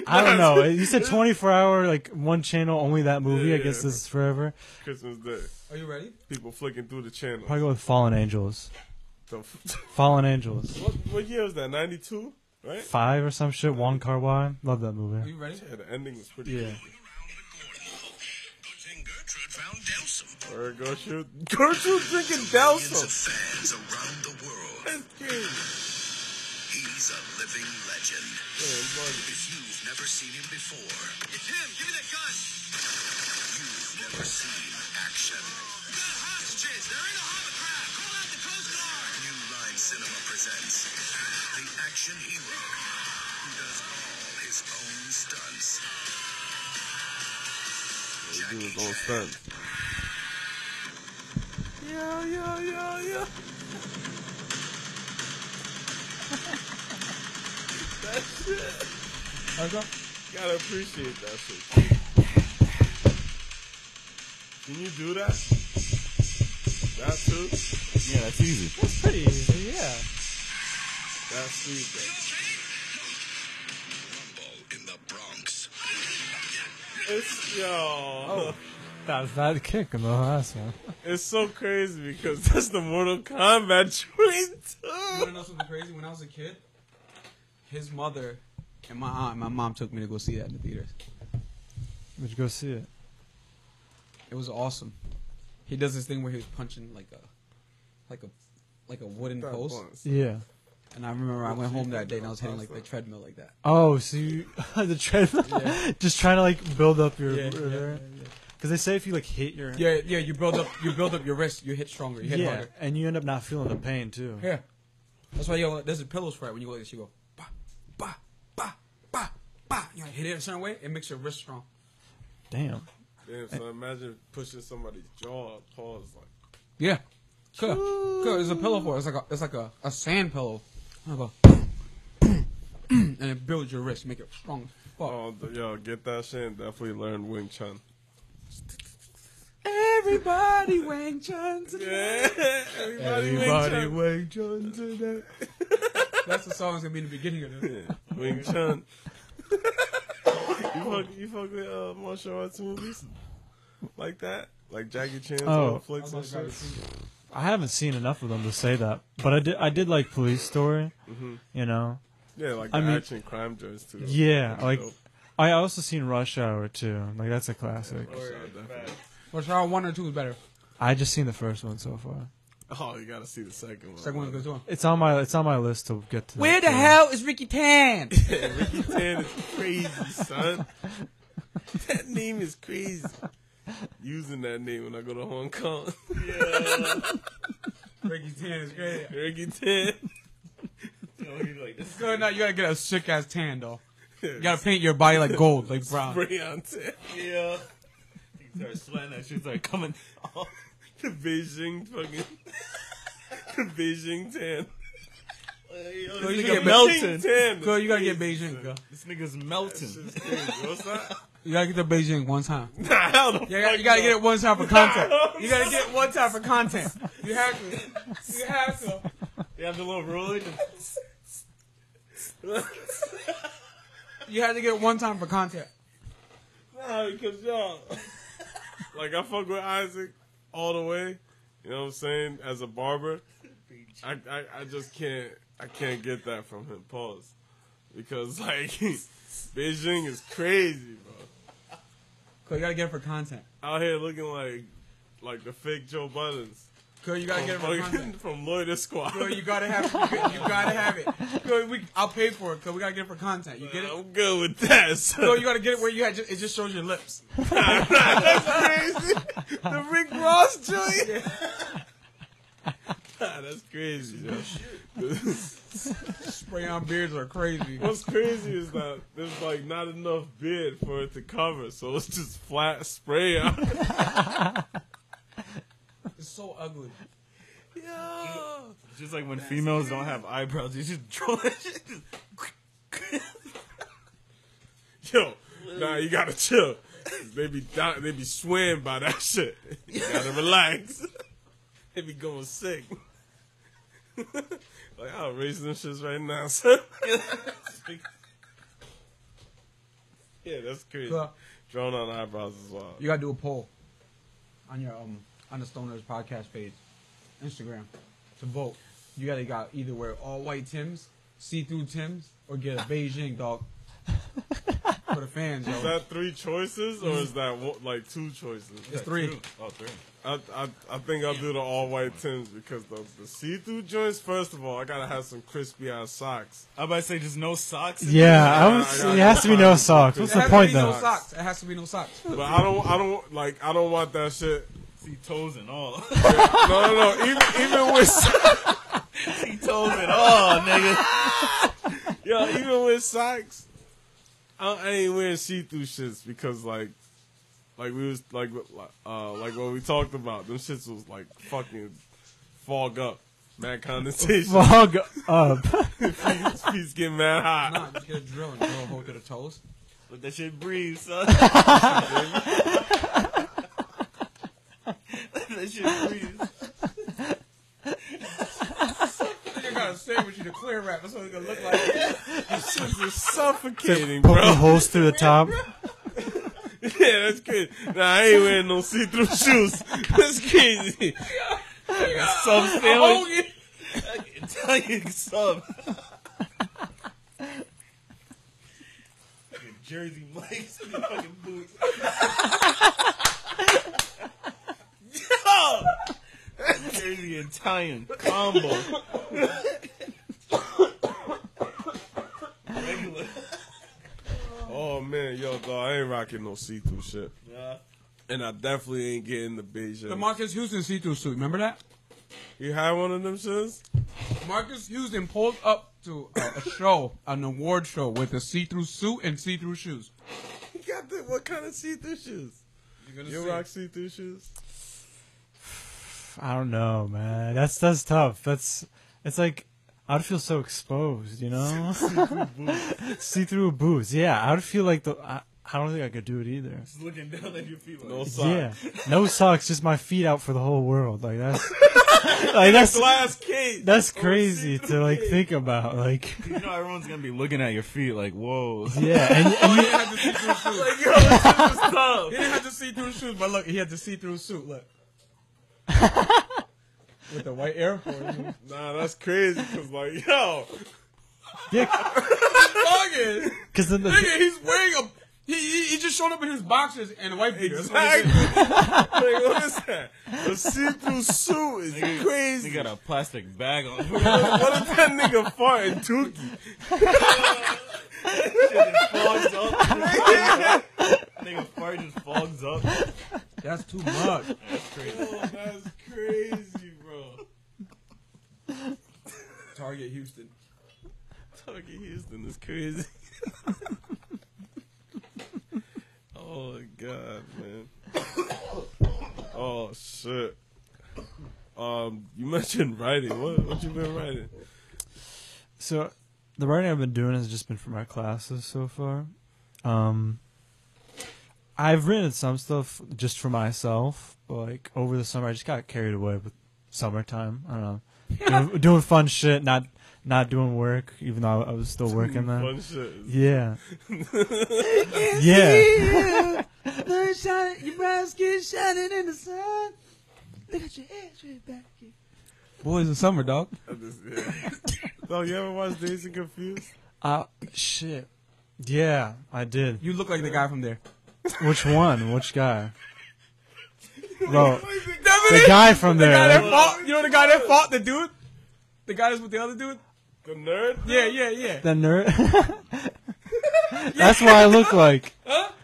I don't know. You said 24 hour like one channel only that movie. I guess this is forever. Christmas Day. Are you ready? People flicking through the channel. Probably go with Fallen Angels. The f- Fallen Angels. what, what year was that? 92? Right? Five or some shit. Wong Kar Wai. Love that Are movie. you ready? Yeah, the ending was pretty Yeah. Then Gertrude found Delsum. good. Or go shoot. Gertrude drinking Delson. Fans around the world. That's crazy. He's a living Man, legend. buddy. If you've never seen him before, it's him. Give me that gun. You've never seen action. We got hostages. They're in a hovercraft. Call out the Coast Guard. New Line Cinema presents the action hero who does all his own stunts. He do his own stunts. Yeah, yeah, yeah, yeah. Let's go. Gotta appreciate that shit. Can you do that? That too? Yeah, that's easy. That's pretty easy. Yeah. That's sweet, Rumble in the Bronx. though. It's, yo. Oh. That was that kick in the last one. It's so crazy because that's the Mortal Kombat joint, You wanna too. know something crazy? When I was a kid, his mother and my aunt, my mom took me to go see that in the theaters. Would you go see it? It was awesome. He does this thing where he was punching like a, like a, like a wooden post. Yeah. And I remember I went home that day and I was hitting like the treadmill like that. Oh, so you the treadmill? Just trying to like build up your. Yeah, Because yeah, yeah, they say if you like hit your. Yeah, yeah. You build up, you build up your wrist. You hit stronger. You hit Yeah, harder. and you end up not feeling the pain too. Yeah. That's why yo, there's a pillows for it. When you go like this, you go, ba, ba, ba, ba, ba. You hit it a certain way. It makes your wrist strong. Damn. Damn, so imagine pushing somebody's jaw, paws, like, Yeah. Good. Good. There's a pillow for it. It's like a, it's like a, a sand pillow. I go, and it builds your wrist, make it strong. as Fuck. oh, th- yo, get that shit and definitely learn Wing Chun. Everybody Wang Chun. Yeah, everybody, Wing Wang Chun today. That's the song that's gonna be in the beginning of this. Chun. Wing Chun. you, fuck, you fuck with uh, martial arts movies? Like that? Like Jackie Chan's Oh. oh. flicks and shit? I haven't seen enough of them to say that, but I did. I did like Police Story. Mm-hmm. You know. Yeah, like the I mean- action crime joints, too. Yeah, Pretty like dope. I also seen Rush Hour too. Like that's a classic. Oh, So definitely- Well, Shaw one or two is better. I just seen the first one so far. Oh, you gotta see the second one. Second one's a good one. It's on my. It's on my list to get to. that Where the too. hell is Ricky Tan? Yeah, Ricky Tan is crazy, son. That name is crazy. Using that name when I go to Hong Kong. Ricky tan is great. Ricky Tan. So now you gotta get a sick ass tan though. You gotta paint your body like gold, like brown. Breon Tan. Yeah. Start sweating that shit's like coming. The Beijing fucking. the Beijing Tan. Yo, you nigga gotta get melting. Tan. Girl, you gotta get Beijing. Girl. This nigga's melting. What's that? You gotta get the Beijing one time. Nah, hell the You gotta, you gotta get it one time for content. You gotta get it one time for content. You have to. You have to. They have the little ruler. You have to get it one time for content. Nah, because y'all. like, I fuck with Isaac all the way. You know what I'm saying? As a barber, I, I, I just can't I can't get that from him. Pause. Because, like, Beijing is crazy, bro. Girl, you gotta get it for content. out here looking like like the fake Joe Buttons Girl, you gotta get it for from, content. from Loiter Squad. Girl, you gotta have it. You gotta- You gotta have it. Girl, we, I'll pay for it. Girl, we gotta get it for content. You get it. I'm good with that. son. Girl, you gotta get it where you had. It just shows your lips. crazy. the Rick Ross joint. Nah, that's crazy. Yo. Spray on beards are crazy. What's crazy is that there's like not enough beard for it to cover, so it's just flat spray out. It's so ugly. Yo. Just like when females don't have eyebrows, you just draw that shit. Yo, nah, you gotta chill. They be di- they be swaying by that shit. You gotta relax. they be going sick. like I'll raise them shits right now. son. yeah, that's crazy. Girl, Drawn on eyebrows as well. You gotta do a poll on your um on the Stoners podcast page, Instagram, to vote. You gotta got either wear all white Tims, see through Tims, or get a Beijing dog for the fans. Is Yo. that three choices or is that one, like two choices? It's three. Oh, three. I, I, I think I'll do the all white Tims because the, the see through joints, first of all, I gotta have some crispy ass socks. I about to say just no socks. Yeah, I was, it has to be no socks. What's It the has point to be though? no socks. It has to be no socks. But I don't I don't like I don't want that shit See toes and all. No, no, no. Even, even with See toes and all, nigga. yo, even with socks, I, I ain't wearing see-through shits because like, like we was like, uh, like what we talked about. Them shits was like fucking fog up, mad condensation. Fog up. His Feet's getting mad hot. Nah, just get a drill and drill a hole to the toes. But that shit breathes, son. that shit breathes. You gotta say with you the clear wrap. That's what it's gonna look like. Shits is suffocating, Poking bro. holes through the top. yeah, that's crazy. Nah, I ain't wearing no see-through shoes. That's crazy. Sub sandwich. Oh, Italian sub. Fucking Jersey Mike's in the fucking boots. Yo! Jersey Italian combo. Regular. Oh man, yo, dog, I ain't rocking no see-through shit, Yeah. and I definitely ain't getting the Beijing. The Marcus Houston see-through suit. Remember that? you had one of them shits? Marcus Houston pulled up to a, a show, an award show, with a see-through suit and see-through shoes. You got the what kind of see through shoes? You're gonna You see. rock see through shoes? I don't know, man. That's that's tough. That's it's like I'd feel so exposed, you know. See through boots. Yeah, I'd feel like the. I, I don't think I could do it either. Just looking down at your feet. Like, No no. Yeah, sock. no socks, just my feet out for the whole world. Like that's like that's Glass case. that's crazy to like think about. Like You know everyone's gonna be looking at your feet like, whoa. yeah, and, and you, had the see-through suit. He didn't have the see-through shoes, but look, he had the see-through suit. Look. With the white Air Force. Nah, that's crazy. Cause like, yo, yeah, Fucking because then the nigga, he's wearing a. He, he, he just showed up in his boxers and a white beater. That's what he exactly. did. like, what is that? The see through suit is They crazy. got a plastic bag on. what if that nigga farting Tukey? fogs up. Nigga fart just fogs up. That's too much. Yo, that's crazy, bro. Oh, god, man. oh shit. Um, you mentioned writing. What what you been writing? So the writing I've been doing has just been for my classes so far. Um, I've written some stuff just for myself, but like over the summer, I just got carried away with summertime. I don't know, doing, doing fun shit, not not doing work, even though I, I was still working then. Fun shit. Yeah, yeah. Boys in summer, dog. I just- yeah. No, you ever watch Days and Confused? Uh, shit. Yeah, I did. You look like the guy from there. Which one? Which guy? Bro, the guy from there. that fought, you know the guy that fought the dude? The guy that's with the other dude? The nerd? Yeah, yeah, yeah. The nerd. That's what I look like.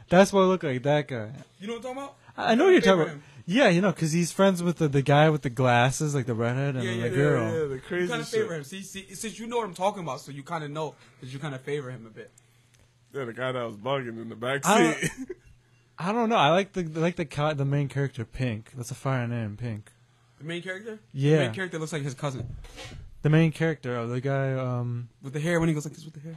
That's what I look like. That guy. You know what I'm talking about? I I know what you're talking about. Abraham. Yeah, you know, because he's friends with the, the guy with the glasses, like the redhead and Yeah, the yeah, girl. Yeah, the You crazy kind of shit. favor him. See, see, since you know what I'm talking about, so you kind of know that you kind of favor him a bit. Yeah, the guy that was bugging in the back I seat. I don't know. I like the I like the co- the main character Pink. That's a fire name, Pink. The main character? The Yeah, main character looks like his cousin. the main character, oh, the guy. Um, With the hair, when he goes like this with the hair.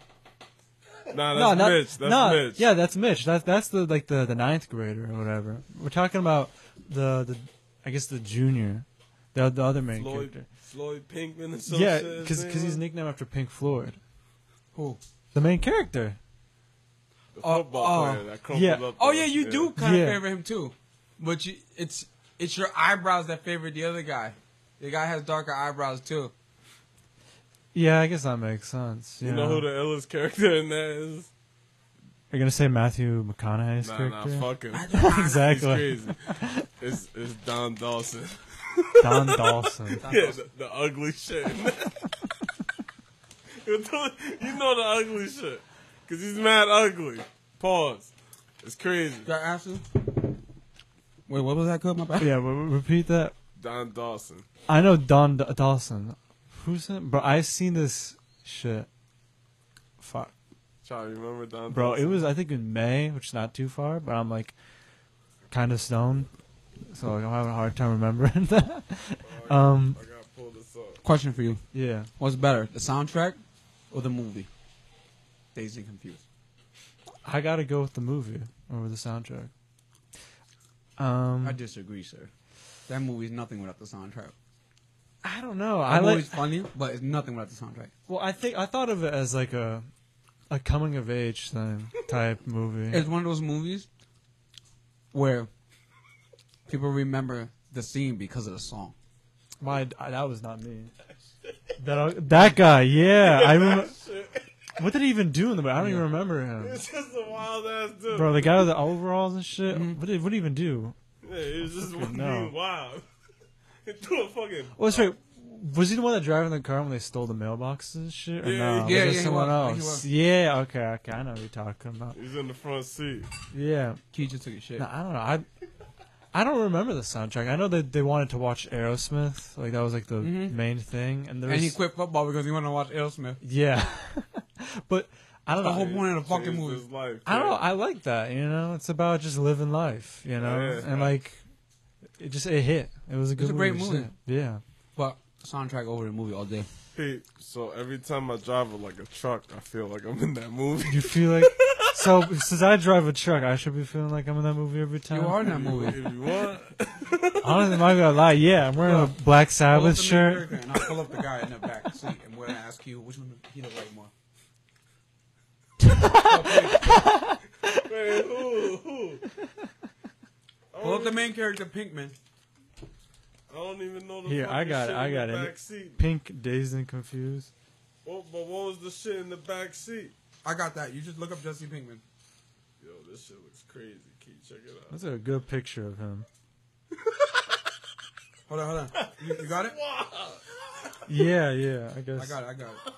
nah, no, that's not, Mitch. That's no, Mitch. yeah, that's Mitch. That's that's the like the, the ninth grader or whatever. We're talking about the the I guess the junior, the the other main Floyd, character. Floyd Pinkman and some Yeah, shit, his because name he's was? nicknamed after Pink Floyd, Who? the main character. the oh, football oh, player that crumpled yeah. up. Oh there. yeah, you do kind of Yeah. favor him too, but you, it's it's your eyebrows that favor the other guy. The guy has darker eyebrows too. Yeah, I guess that makes sense. You know who the illest character in that is? You're gonna say Matthew McConaughey's Nah, nah, character? fuck him. He's exactly. crazy. It's, it's Don Dawson. Don Dawson. Yeah, the, the ugly shit. you know you know the ugly shit. Because he's mad ugly. Pause. It's crazy. Did I ask you? Wait, what was that called? My bad. yeah, re- re- repeat that. Don Dawson. I know Don D- Dawson. Who's it? Bro, I seen this shit. Fuck, Charlie, remember Don bro. It Dawson? was I think in May, which is not too far, but I'm like kind of stoned, so like, I'm having a hard time remembering that. Um, I gotta pull this up. Question for you: yeah. What's better, the soundtrack or the movie? Daisy confused. I gotta go with the movie over the soundtrack. Um, I I, disagree, sir. That movie is nothing without the soundtrack. don't know. I That like. movie's funny, but it's nothing without the soundtrack. Well, I think I thought of it as like a a coming of age thing type movie. It's one of those movies where people remember the scene because of the song. My I, that was not me. That that guy, yeah. I remember. What did he even do in the? I don't even remember him, It's just a wild ass dude. bro. The guy with the overalls and shit. Mm-hmm. What did what did he even do? Yeah, it was just one no. being wild. He threw a fucking. Oh, that's right. Was he the one that driving the car when they stole the mailboxes and shit? Or Yeah, no? yeah, was yeah, it he someone was, he else? was. Yeah, okay, okay. I know what you're talking about. He's in the front seat. Yeah. Keisha took a shit. No, I don't know. I I don't remember the soundtrack. I know that they wanted to watch Aerosmith. Like that was like the Mhm. main thing. And there and he was quit football because he wanted to watch Aerosmith. yeah, but I don't The whole know. point of the fucking Changed movie. His life, I don't know. I like that. You know, it's about just living life. You know, Yeah, yeah. and like it just it hit. It was a good. a great to movie. see. Yeah. But soundtrack over the movie all day. Hey, so every time I drive it like a truck, I feel like I'm in that movie. You feel like so since I drive a truck, I should be feeling like I'm in that movie every time. You are in that if movie. you want, Honestly, I'm not gonna lie. Yeah, I'm wearing a Black Pull up Sabbath the shirt. American And I'll pull up the guy in the back seat and we're gonna ask you which one he look like more. man, who, who? Oh. I Pull up don't, the main character, Pinkman. I don't even know the Here, I fucking got it, shit I in got the it. Back seat. Pink, dazed and confused. What, but what was the shit in the back seat? I got that. You just look up Jesse Pinkman. Yo, this shit looks crazy. Keep check it out. That's a good picture of him. Hold on, hold on. You, you got it? Yeah, yeah. I guess. I got it. I got it.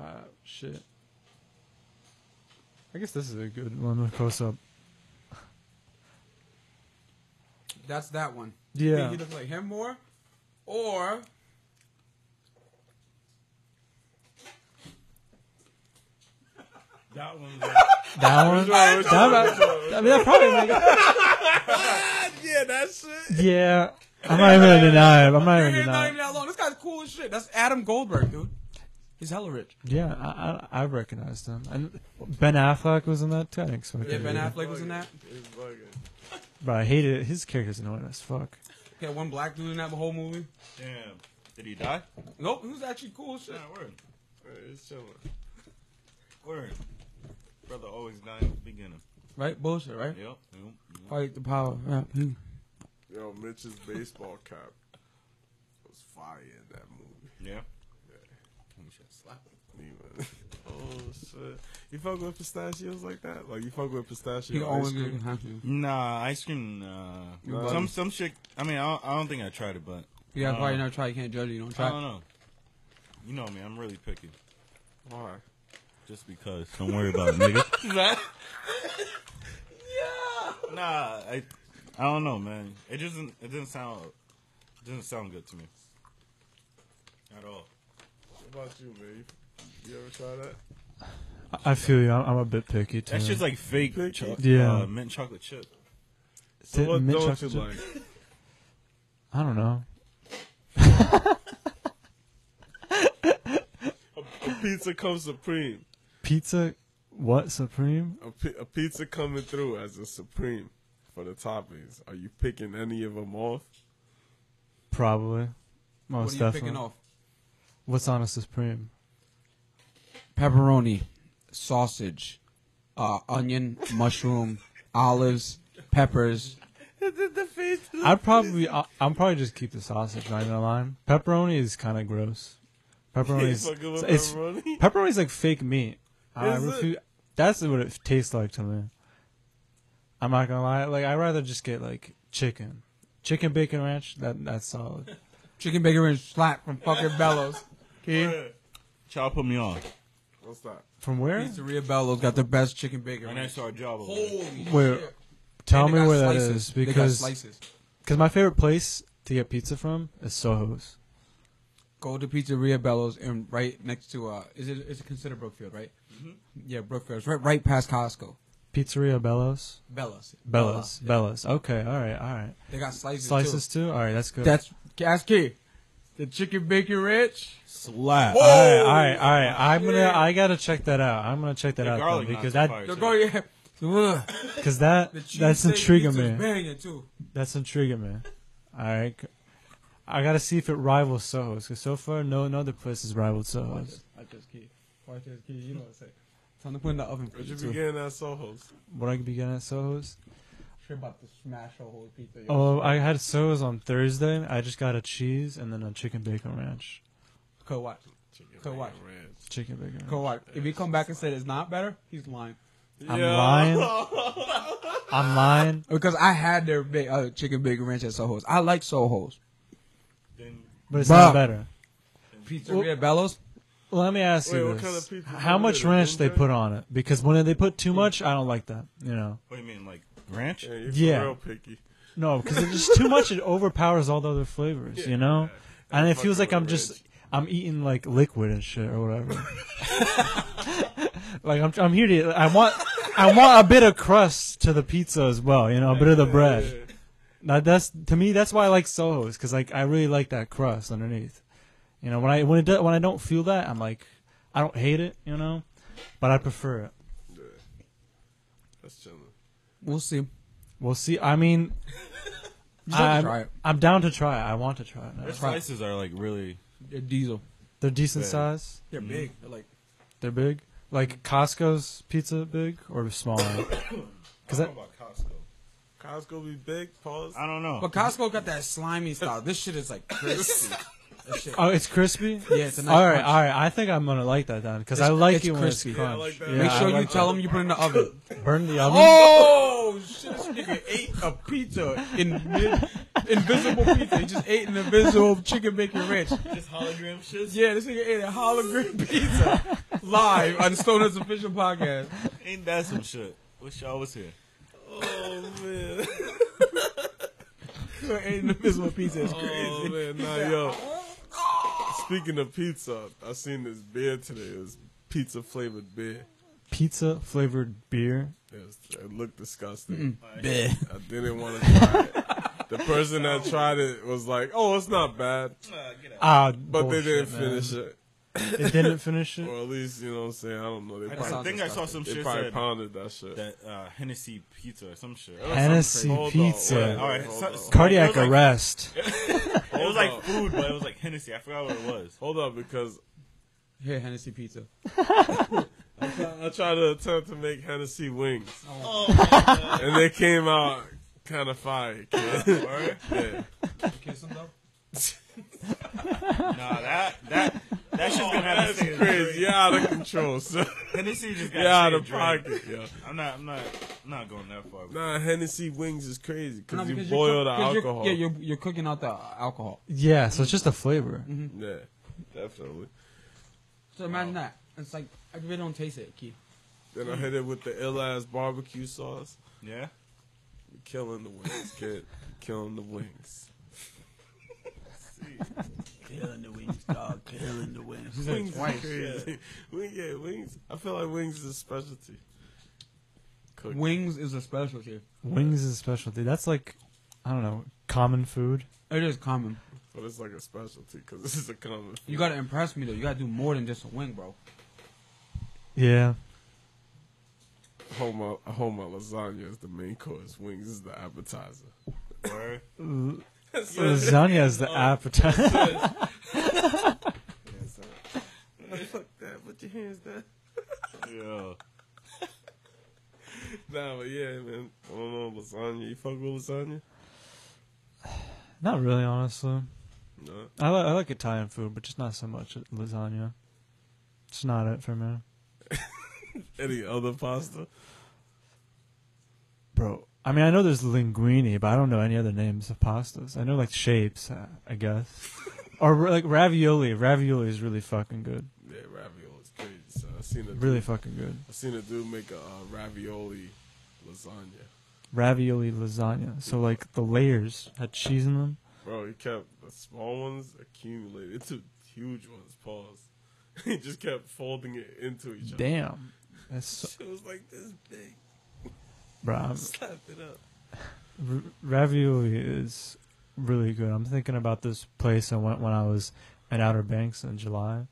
Ah, shit. I guess this is a good one with close up. That's that one. Yeah. Think he looks like him more, or That one. was- That one. that, I mean, that probably. Like, yeah, that shit. yeah, I'm not even gonna deny it. I'm not even It's gonna not deny. even It. that long. This guy's cool as shit. That's Adam Goldberg, dude. He's hella rich. Yeah, I, I I recognized him. And Ben Affleck was in that too. I think so. Yeah, Ben Affleck was in that. But I hated it. his character's annoying as fuck. He had one black dude in that whole movie. Damn. Did he die? Nope, he was actually cool as shit. Nah, word. Word, it's chilling. Word. Brother always dying at the beginning. Right? Bullshit, Yep. right? yep, yep. Fight the power. Yeah. hmm. Yo, Mitch's baseball cap was fire in that movie. Yeah. We should slap him. Even- oh shit! You fuck with pistachios like that? Like you fuck with pistachio? He ice always cream? gonna have to. Nah, ice cream. Nah. Nah. Some some shit. I mean, I don't, I don't think I tried it, but Yeah, Uh, probably never try. You can't judge it. You don't I try. don't know. You know me. I'm really picky. Why? Just because. Don't worry about it, nigga. yeah. Nah, I I don't know, man. It doesn't it doesn't sound it doesn't sound good to me. At all. What about you, man? You, you ever try that? I- I feel you. I'm, I'm a bit picky too. That shit's like fake Picky. cho- Yeah. uh, mint chocolate chip. So Did what mint don't you chocolate like? I don't know. A pizza comes supreme. Pizza, what supreme? A, pi- a pizza coming through as a supreme for the toppings. Are you picking any of them off? Probably. What are Most you definitely. picking off? What's on a supreme? Pepperoni, sausage, uh, onion, mushroom, olives, peppers. I'd probably. I, I'm probably just keep the sausage. Not gonna lie. Pepperoni is kind of gross. Pepperoni is. fucking with It's pepperoni? pepperoni's like fake meat. I Is it? refu- That's what it tastes like to me. I'm not gonna lie. Like I'd rather just get like chicken, chicken bacon ranch. That that's solid. Chicken bacon ranch slap from fucking Bellows. Okay? Child put me on. What's that? From where? Pizzeria Bellows got the best chicken bacon And I ranch. saw a job over there. Holy Where? shit. Tell And they me got where that slices. is They got because slices. because my favorite place to get pizza from is Soho's. Go to Pizzeria Bellows and right next to uh, is it is it considered Brookfield, right? Mm-hmm. Yeah, Brookfield. It's right right past Costco. Pizzeria Bellows. Bellas. Oh, Bellas. Bellas. Okay. All right. All right. They got slices. Slices Too. too. All right. That's good. That's that's key. The chicken bacon ranch. Slap. all right. All right. All right. I'm gonna. I gotta check that out. I'm gonna check that The out though, garlic because knots are fire, that They're too. going. Yeah. Ugh. because that The cheese that's steak intriguing pizza's me. Banging too. That's intriguing, man. All right. c- I gotta see if it rivals Soho's, because so far no, no other place has rivaled Soho's. Watch this key. Watch this key. You know what I'm saying. Time to put in the oven for Would you you too. be getting at Soho's? What I could be getting at Soho's? You're about to smash a whole pizza. yo. Oh, I had Soho's on Thursday. I just got a cheese and then a chicken bacon ranch. Co watch. Chicken Co watch. ranch. Chicken bacon. Co Ranch. watch. If he come back and said it's not better, he's lying. I'm lying. I'm lying. Because I had their big, uh, chicken bacon ranch at Soho's. I like Soho's. Then But it's Bruh. not better. Pizzeria Bellows. Well, let me ask Wait, you what this: kind of pizza How is much it? ranch they Ginger? put on it? Because when they put too much, I don't like that. You know, what do you mean, like ranch? Yeah, you're Yeah. for real picky. no, because it's just too much. It overpowers all the other flavors. you know, and it fuck feels like with I'm the just ranch. I'm eating like liquid and shit or whatever. like I'm I'm here to I want I want a bit of crust to the pizza as well. You know, a bit of the bread. Now that's to me that's why I like Soho's because like I really like that crust underneath. You know when I when it do, when I don't feel that I'm like I don't hate it you know, but I prefer it. That's chilling. We'll see. We'll see. I mean, Just have to I'm, try it. I'm down to try. it. I want to try it. Now. Their slices are like really. They're diesel. They're decent Yeah. size. They're big. They're like They're big. Like Costco's pizza, big or small? Because that about Costco? Costco be big. Pause. I don't know. But Costco got that slimy style. This shit is like crispy. That shit- oh, it's crispy. Yeah, it's a nice all right, crunch. all right. I think I'm gonna like that then because I It's- like it's it when crispy. it's Yeah, I crunch. like that. Yeah, Make I sure you like tell them you put it in the oven. that. burn the oven. Oh shit! This nigga ate a pizza in mid, invisible pizza. He just ate an invisible chicken bacon ranch. This hologram shit Yeah, this nigga ate a hologram pizza live on Stoner's official podcast. ain't that some shit? Wish y'all was here. He ate an invisible pizza. It's crazy. Oh man, nah, yo. "Oh, Speaking of pizza, I seen this beer today. It was pizza flavored beer. pizza flavored beer. It, was, it looked disgusting. I didn't want to try it. The person that tried it was like, "Oh, it's not bad," Ah, but they didn't finish it, They didn't finish it. or at least you know what I'm saying. I don't know. They I, probably, think I saw some they shit probably said pounded that shit. that uh, Hennessy pizza or some shit. It was Hennessy Hold on, pizza. wait, All right, hold so- on. so- It Cardiac was like- arrest. It was Hold like up. food, but it was like Hennessy. I forgot what it was. Hold up, because Here, Hennessy pizza. I try- I tried to attempt to make Hennessy wings, Oh. and they came out kind of fire. Kid. yeah. Kiss him though. Nah, that that that shit's gonna have to stay in the Crazy, you're out of control, son. Hennessy just got You're out shit of drunk. pocket, yo. I'm not. I'm not. I'm not going that far. Nah, Hennessy wings is crazy No, because you because you're boil cook- the 'cause you're- alcohol. yeah, you're, you're cooking out the alcohol. Yeah, so it's just a flavor. Mm-hmm. Yeah, definitely. So imagine that. It's like I really don't taste it, Keith. Then I hit it with the ill ass barbecue sauce. Yeah. You're killing the wings, kid. You're killing the wings. Killing the wings, dog. Killing the wings. Wings is crazy. Wing, yeah, wings. I feel like wings is a specialty. Cook. Wings is a specialty. Wings is a specialty. That's like, I don't know, common food. It is common. But it's like a specialty because this is a common. You gotta impress me though. You gotta do more than just a wing, bro. Yeah. hold my hold my uh, lasagna is the main course. Wings is the appetizer. Word. Lasagna is the appetizer. Fuck that. Put your hands down. Yo. Nah, but yeah, man. I don't know lasagna. You fuck with lasagna? not really, honestly. No. I, li- I like Italian food, but just not so much lasagna. It's not it for me. Any other pasta? Bro, I mean, I know there's linguine, but I don't know any other names of pastas. I know, like, shapes, uh, I guess. or, ra- like, ravioli. Ravioli is really fucking good. Yeah, ravioli is crazy. So I seen a Really fucking good. I seen a dude make a uh, ravioli lasagna. Ravioli lasagna. So, like, the layers had cheese in them. Bro, he kept the small ones accumulated to huge ones. Pause. he just kept folding it into each other. Damn. That's so, It was like this big. bro, I'm- Slapped it up. R- ravioli is really good. I'm thinking about this place I went when I was in Outer Banks in July.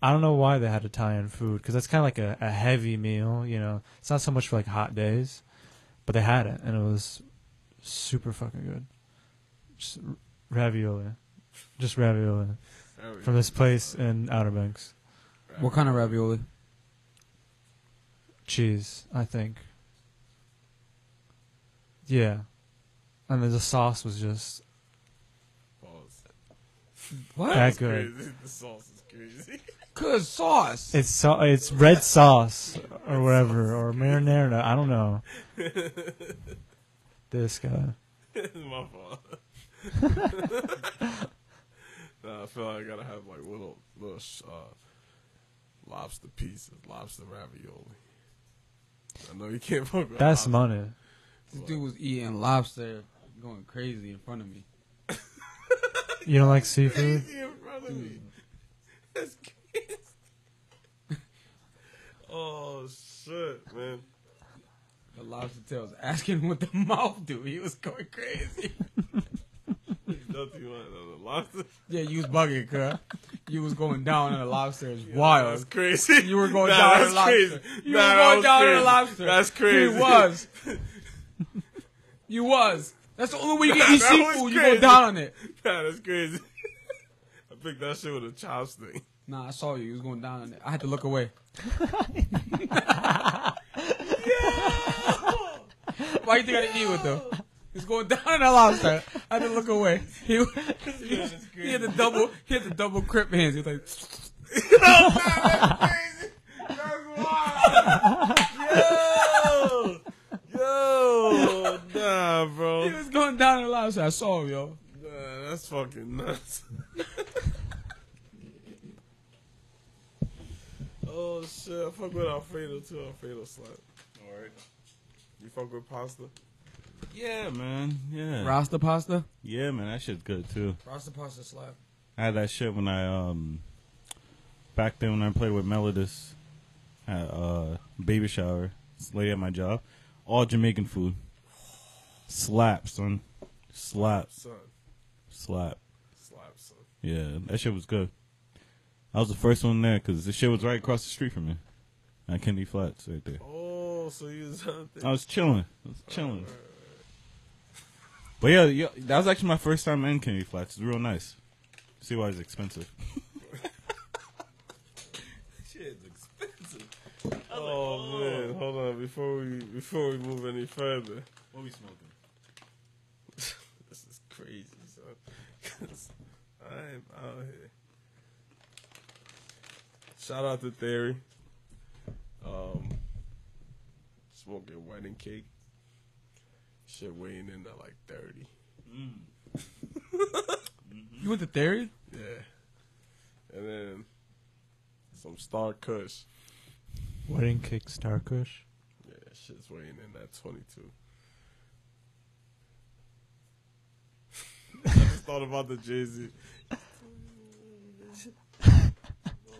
I don't know why they had Italian food because that's kind of like a, a heavy meal. You know, it's not so much for like hot days, but they had it and it was super fucking good. Just r- ravioli, just ravioli Ravioli. from this place in Outer Banks. What kind of ravioli? Cheese, I think. Yeah, and then the sauce was just Pause. What? that good. Crazy. The sauce is crazy. Good sauce. It's so, it's red sauce or whatever or marinara. I don't know. This guy. My fault. nah, I feel like I gotta have like little little sh- uh, lobster pieces, lobster ravioli. I know you can't fuck with That's lobster. money. This dude was eating lobster, going crazy in front of me. You don't like seafood? crazy in front of Mm. me. That's crazy. Oh shit, man! The lobster tail was asking him what the mouth do. He was going crazy. Nothing on the lobster. yeah, you was bugging, cuz. You was going down on the lobster. It's That's wild. crazy. Uh, You were going Nah, down on that's the lobster. crazy. You Nah, were that going was down on the crazy. lobster. That's crazy. You was. you was. That's the only way you can eat That was seafood. You go crazy. down on it. Nah, that's crazy. I picked that shit with a chopstick. Nah, I saw you. You was going down on it. I had to look away. Why you think I didn't eat with him? He's going down on that lobster. I had to look away. He, he, he had the double, he had the double crip hands. He was like, Yo, yo, nah, he bro. was going down on the lobster. I saw him, yo. Nah, that's fucking nuts. oh shit, I fuck with Alfredo too. Alfredo slap. Word. You fuck with pasta? Yeah, man. Yeah. Rasta pasta. Yeah, man. That shit's good too. Rasta pasta slap. I had that shit when I um back then when I played with Melodus. at a baby shower. This lady at my job, all Jamaican food. Slap, son. Slap, Son, slap. slap son. Yeah, that shit was good. I was the first one there because the shit was right across the street from me. At Kennedy Flats, right there. Oh, so you was out there. I was chilling. I was chilling. But yeah, yeah, that was actually my first time in Kennedy Flats. It's real nice. See why it's expensive. Shit's expensive. Oh, man, hold on before we before we move any further. What we smoking? This is crazy, son. 'Cause I'm out here. Shout out to Theory. Um, smoking wedding cake. Shit weighing in at like thirty. You went to theory? Yeah. And then some Star Kush. Wedding cake star kush. Yeah, shit's weighing in at 22. I just thought about the Jay Z. don't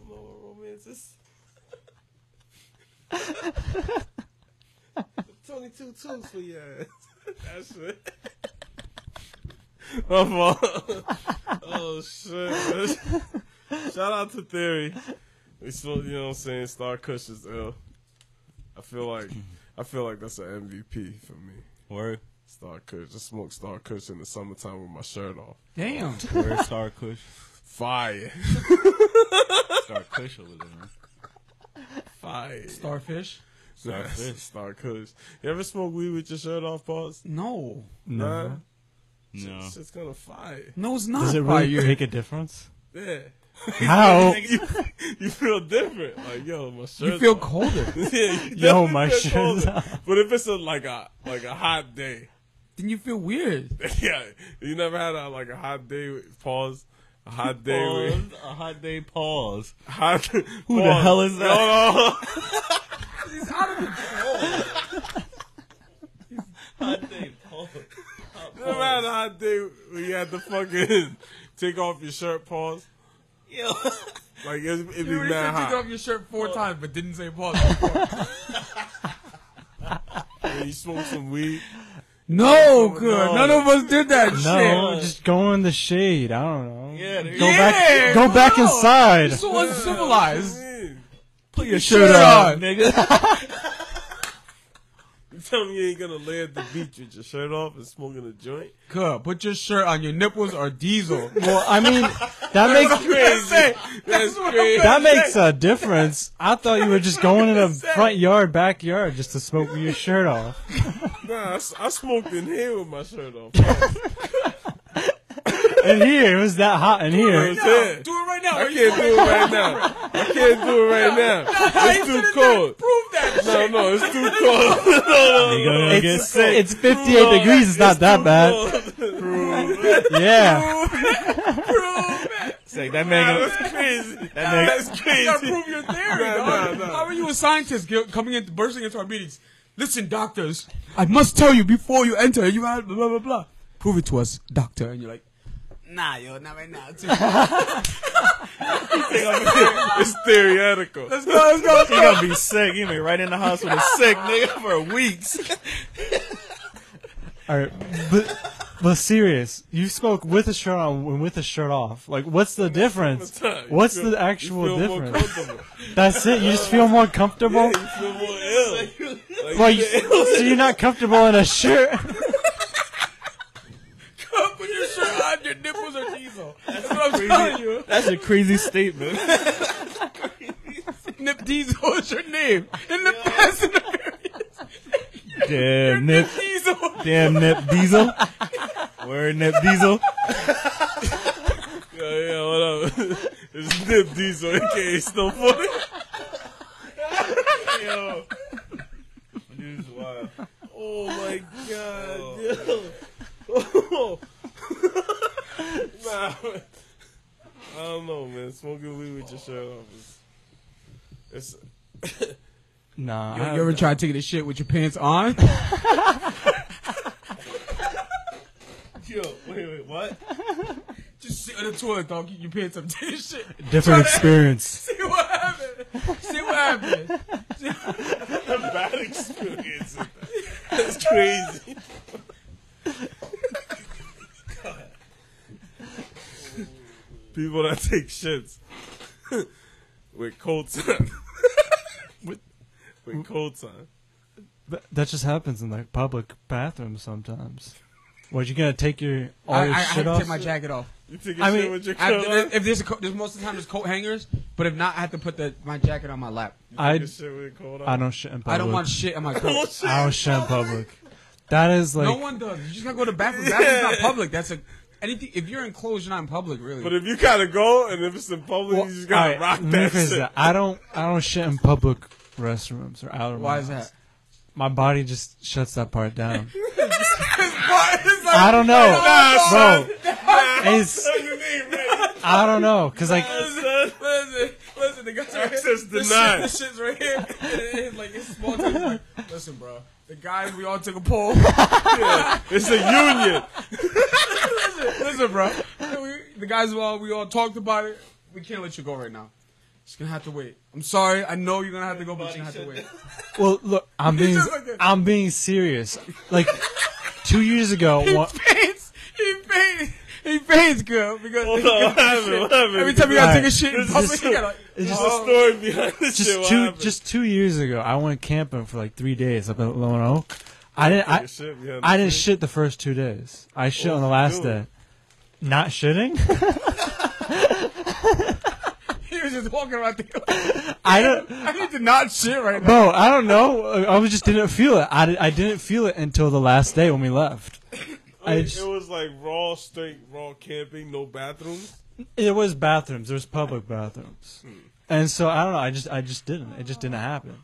know what romance is. Twenty-two tools for your ass. That's it. My fault. oh shit! Shout out to Theory. We still, you know, what I'm saying Star Kush is ill. I feel like I feel like that's an MVP for me. Word. Star Kush. Just smoke Star Kush in the summertime with my shirt off. Damn. Word Star Kush. Fire. Star Kush over there, man. Fire. Starfish? Nah, Star Kush. You ever smoke weed with your shirt off, Paws? No. No. Nah. No. Shit- Shit's gonna fire. No, it's not. Does it Why really you- make a difference? Yeah. How? you, you feel different. Like, yo, my shirt. You feel colder. yeah, you Yo, my definitely shirt's feel colder. off. But if it's a like a like a hot day, then you feel weird. yeah, you never had a like a hot day. With, pause. A hot day. Pause. With, A hot day pause. hot, Who Who the hell is that? It's out of control. Hot day pause. No matter how day when you had to fucking take off your shirt, pause. Yo. Like it's, it'd be You already mad said take hot. off your shirt four times, but didn't say pause. When you smoke some weed. no, good. No. None of us did that No, shit. just go in the shade. I don't know. Yeah, there go you back. Go go back out. inside. You're so uncivilized. Put your shirt on. nigga. You tell me you ain't gonna lay at the beach with your shirt off and smoking a joint? Good. Put your shirt on your nipples or diesel. Well, I mean, that makes Crazy. That's crazy. that makes a difference. I thought you were just going in the front yard, backyard, just to smoke your shirt off. Nah, I, s- I smoked in here with my shirt off. And here, it was that hot in It here. was there. Do it right now. I can't do it right now. I can't do it right now. It's too cold. Prove that. No, no, it's too cold. No, no, You gonna get It's, sick. it's 58 degrees. It's not that bad. Yeah. It's like that man gonna, That's crazy. that man, That's You gotta crazy. prove your theory, Nah, dog. nah, nah. How are you a scientist g- coming in, bursting into our meetings? Listen, doctors, I must tell you before you enter, you have blah, blah, blah, blah. Prove it to us, doctor. And you're like, nah, yo, not right now. Too. let's It's theoretical. go, let's go, let's he go. gonna be sick. He gonna be right in the hospital sick, nigga, for weeks. All right, but but serious, you smoke with a shirt on and with a shirt off. Like, what's the difference? What's You feel- the actual you feel more difference? comfortable. That's it. You just feel more comfortable. You feel more ill. Like, Well, you, so you're not comfortable in a shirt. Put your shirt on, your nipples are diesel. That's what I'm telling you. That's a crazy statement. Nip Diesel is your name. In the past, in the Damn nip, Diesel. damn nip diesel. Word nip diesel. yeah, yeah, what up? it's Nip Diesel, aka Snow Funny. Yo, dude's wild. Oh my god, Oh. yo. nah, man. I don't know, man. Smoking weed with your shirt off is. It's, Nah, I You ever try taking a shit with your pants on? Yo, wait, wait, what? Just sit on the toilet, dog. Keep your pants up. Take a shit. different experience. See what happened. See what happened. bad experience. That's crazy. People that take shits with cold time. with, with cold time. Th- that just happens in like public bathrooms sometimes. What you gonna take your all I, I, I your had shit to off? take my jacket off. You take a I shit mean, with your I, coat on? if if there's, a coat, there's most of the time there's coat hangers, but if not, I have to put the, my jacket on my lap. I Take a shit with your coat on? I don't shit in public. I don't want shit on my coat. I don't shit in public. That is like no one does. You just gotta go to the bathroom. Bathroom's not public. That's a anything. If you're enclosed, you're not in public, really. But if you gotta go, and if it's in public, you just gotta Alright, rock let me that phrase shit. that. I don't I don't shit in public restrooms or out of Why my is house. that? My body just shuts that part down. It's like- I don't know, bro. It's Everything, man. I don't know, cause like Listen, listen, listen, the guy's right here. Access The, denied. shit, the shit's right here. And it- it's like, it's small. It's like, listen, bro. The guys, we all took a poll. It's a union. listen, bro. We, the guys, we all, we all talked about it. We can't let you go right now. Just gonna have to wait. I'm sorry. I know you're gonna have to go, but you're gonna have to wait. Well, look, I'm being just like that. I'm being serious. Like two years ago, one, Pains. He pains. He pains, girl. Because Hold on, what happened? What happened? every time you gotta Alright. take a shit in This is public, just- you gotta. it's There's just, a story behind this shit. just What two happened? just two years ago, I went camping for like three days up at Lone Oak. I didn't Your I, shit behind I the didn't shit. shit the first two days. I shit What on the was last you doing? day. Not shitting? He was just walking around. The, I don't. I need to not shit right now. Bro, I don't know. I was just didn't feel it. I, di- I didn't feel it until the last day when we left. I Like, just- it was like raw, straight, raw camping, no bathrooms. It was bathrooms. There was public bathrooms, Hmm. and so I don't know. I just I just didn't. It just didn't happen.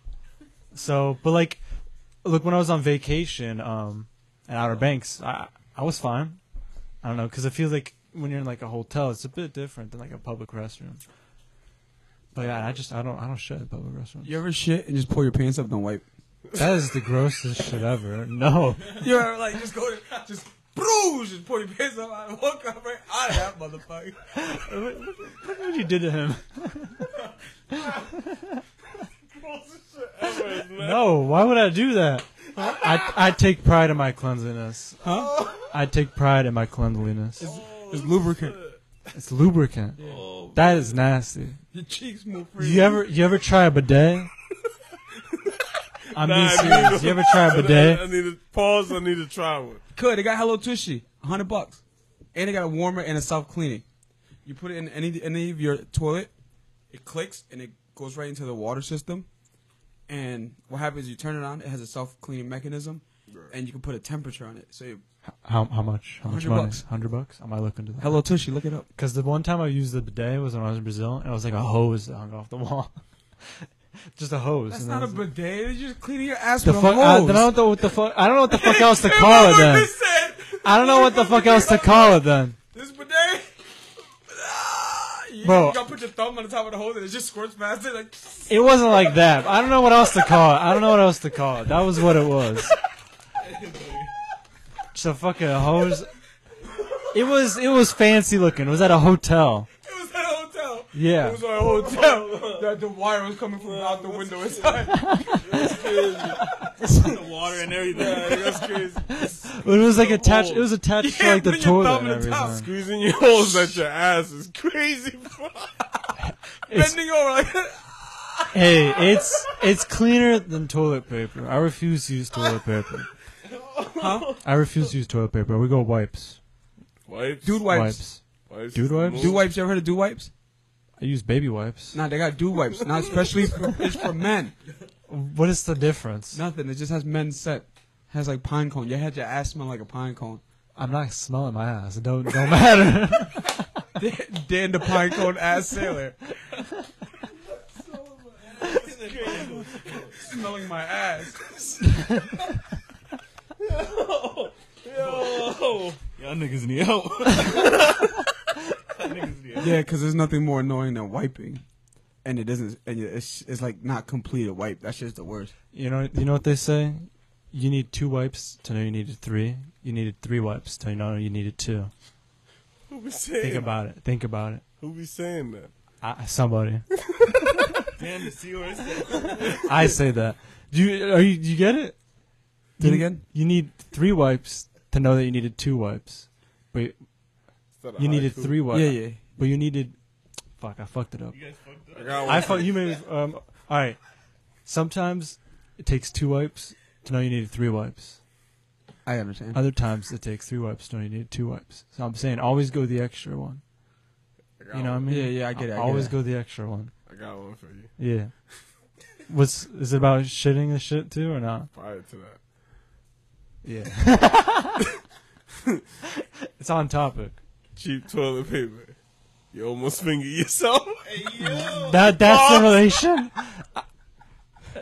So, but like, look, when I was on vacation um, at Outer Banks, I I was fine. I don't know because I feel like when you're in like a hotel, it's a bit different than like a public restroom. But yeah, I just I don't I don't shit at public restrooms. You ever shit and just pull your pants up and wipe? That is the grossest shit ever. No, You ever like just go to just bruise, just pull your pants up, I walk up right out of that motherfucker. look what you did to him. No, why would I do that? I I take pride in my cleanliness. Huh? I take pride in my cleanliness. It's lubricant. It's lubricant. That is nasty. Your cheeks move free. You ever you ever try a bidet? I'm being serious. You ever try a I, I bidet? need to pause. I need to try one. Could they got Hello Tushy, hundred bucks, and they got a warmer and a self cleaning. You put it in any any of your toilet, it clicks and it goes right into the water system. And what happens? You turn it on. It has a self cleaning mechanism, and you can put a temperature on it. So you, How how much? How much 100 money? bucks. Hundred bucks? Am I looking to that? Hello Tushy, look it up. Because the one time I used the bidet was when I was in Brazil, and it was like a hose that hung off the wall. Just a hose. That's and not that a was it. bidet. You're just cleaning your ass The with fuck? a hose. I, then I don't know what the fuck. I don't know what the fuck else to call it then. I don't know what the fuck else to call it then. This bidet. Ah, you, Bro. you gotta put your thumb on the top of the hose and it just squirts faster. Like, It wasn't like that. I don't know what else to call it. I don't know what else to call it. That was what it was. Just a fucking hose. It was it was fancy looking. It was at a hotel. it was at a hotel. It Yeah. was at a hotel. that the wire was coming from out the window inside. The water and everything. Yeah, that's crazy. It was like attached. It was attached to Yeah, like the put your toilet thumb and in the top. everything. Squeezing your holes at your ass is crazy. bro. It's, Bending over like hey, it's it's cleaner than toilet paper. I refuse to use toilet paper. I refuse to use toilet paper. We go wipes. Wipes. Dude wipes. Wipes. Wipes. Dude wipes? Do wipes. You ever heard of do wipes? I use baby wipes. Nah, they got do wipes. Not especially for, it's for men. What is the difference? Nothing. It just has men set. Has like pine cone. Your head, your ass smell like a pine cone. I'm not smelling my ass. It don't don't matter. Dan the pine cone ass sailor. Smelling my ass. Y'all niggas need help. Yeah, because there's nothing more annoying than wiping, and it doesn't. And it's, it's like not complete a wipe. That's just the worst. You know, you know what they say. You need two wipes to know you needed three. You needed three wipes to know you needed two. Who be Think saying? about it. Think about it. Who be saying that? I, somebody. Damn, the seahorse. I say that. Do you are you? Do you get it? Do it You- again? You need three wipes to know that you needed two wipes. But Instead of you needed haiku. three wipes. Yeah, yeah. But you needed. Fuck! I fucked it up. You guys fucked up. I got one. I fuck you. Made um. All right. Sometimes it takes two wipes to know you needed three wipes. I understand. Other times it takes three wipes to know you needed two wipes. So I'm saying always go the extra one. I got You know what I one. mean? Yeah, yeah, I get it, I get always it. go the extra one. I got one for you. Yeah. What's is it about shitting the shit too or not? Prior to that. Yeah. it's on topic. Cheap toilet paper. You almost finger yourself. That that's the relation.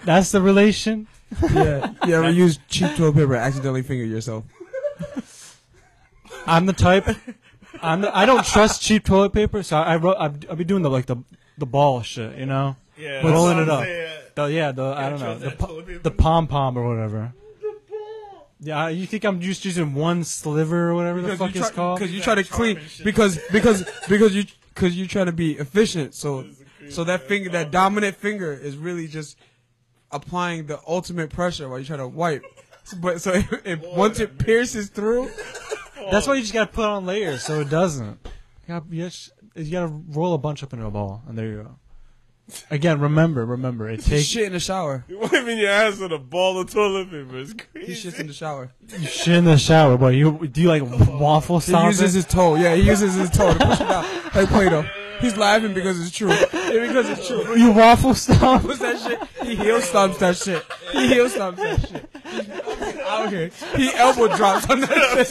That's the relation. yeah, you ever use cheap toilet paper accidentally finger yourself? I'm the type. I'm. The, I don't trust cheap toilet paper, so I, I wrote. I'll, I'll be doing the like the the ball shit, you know. Yeah, We're that's rolling what it I'm up. saying. The yeah the I don't try know the that po- toilet paper. the pom pom or whatever. Yeah, you think I'm just using one sliver or whatever the fuck you it's called? Because you Yeah, try to charm clean and shit. because because because you because you try to be efficient. So so that finger Oh. that dominant finger is really just applying the ultimate pressure while you try to wipe. So- But so it, it, once it pierces through, That's Oh. why you just gotta put on layers so it doesn't. You gotta, you just- you gotta roll a bunch up into a ball, and there you go. Again, remember, remember, it he takes shit. shit in the shower. You wiping your ass with a ball of toilet paper. It's He crazy. shits in the shower. shit in the shower, boy. You do you like waffle Oh. He stop uses it? his toe. Yeah, he uses his toe to push it out like Play-Doh. He's laughing because it's true. Yeah, because it's true. You waffle stop. What's that shit? He heel stomps that shit. He heel stomps that shit. He's out here. He elbow drops on that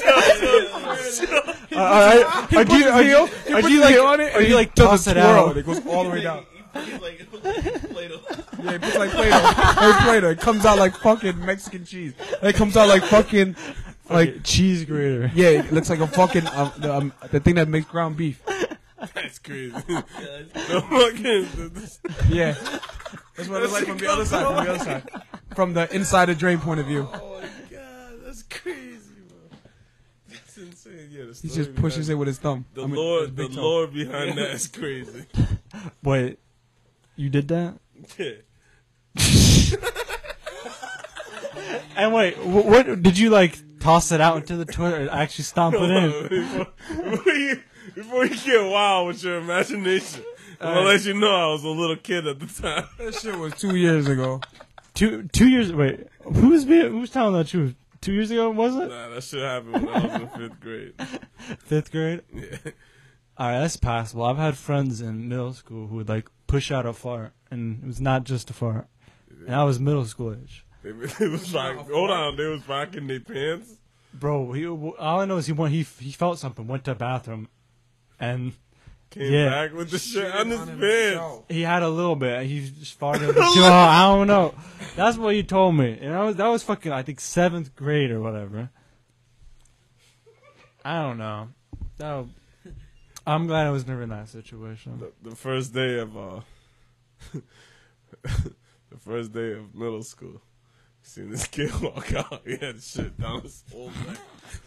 shit. Alright, He puts his heel. He puts his you like- heel on it. are and you he like does a toss it twirl out? and It goes all the way down. He's like, he's like Play-Doh. Yeah, he puts like Play-Doh. Like Play-Doh. It comes out like fucking Mexican cheese. It comes out like fucking like like cheese grater. yeah. It looks like a fucking um, the, um, the thing that makes ground beef. That's crazy. the fucking. Yeah, that's what it's like from the other side. From the other side. From the inside the drain point of view. Oh my god, that's crazy, bro. That's insane. Yeah, the He story just pushes behind- it with his thumb. The I mean, his Lord, the big toe. Lord behind that is crazy. Wait, you did that? Yeah. And wait, what, what did you like? Toss it out into the toilet? Or actually, stomp it in? before, before you, before you get wild with your imagination, I'm gonna let you know I was a little kid at the time. That shit was two years ago. Two two years. Wait, who was being, who was telling that truth? Two years ago, was it? Nah, that shit happened when I was in fifth grade. Fifth grade. Yeah. All right, that's possible. I've had friends in middle school who would like push out a fart, and it was not just a fart. And I was middle school age. They, they was like, hold on, they was rocking their pants. Bro, he, all I know is he went. He he felt something. Went to the bathroom, and Came Yeah. back with the shit, on his pants. he had a little bit. He just farted. in the shower. I don't know. That's what he told me, and I was that was fucking I think seventh grade or whatever. I don't know. That I'm glad I was never in that situation. The, the first day of uh, the first day of middle school, seen this kid walk out. He had shit down his whole back.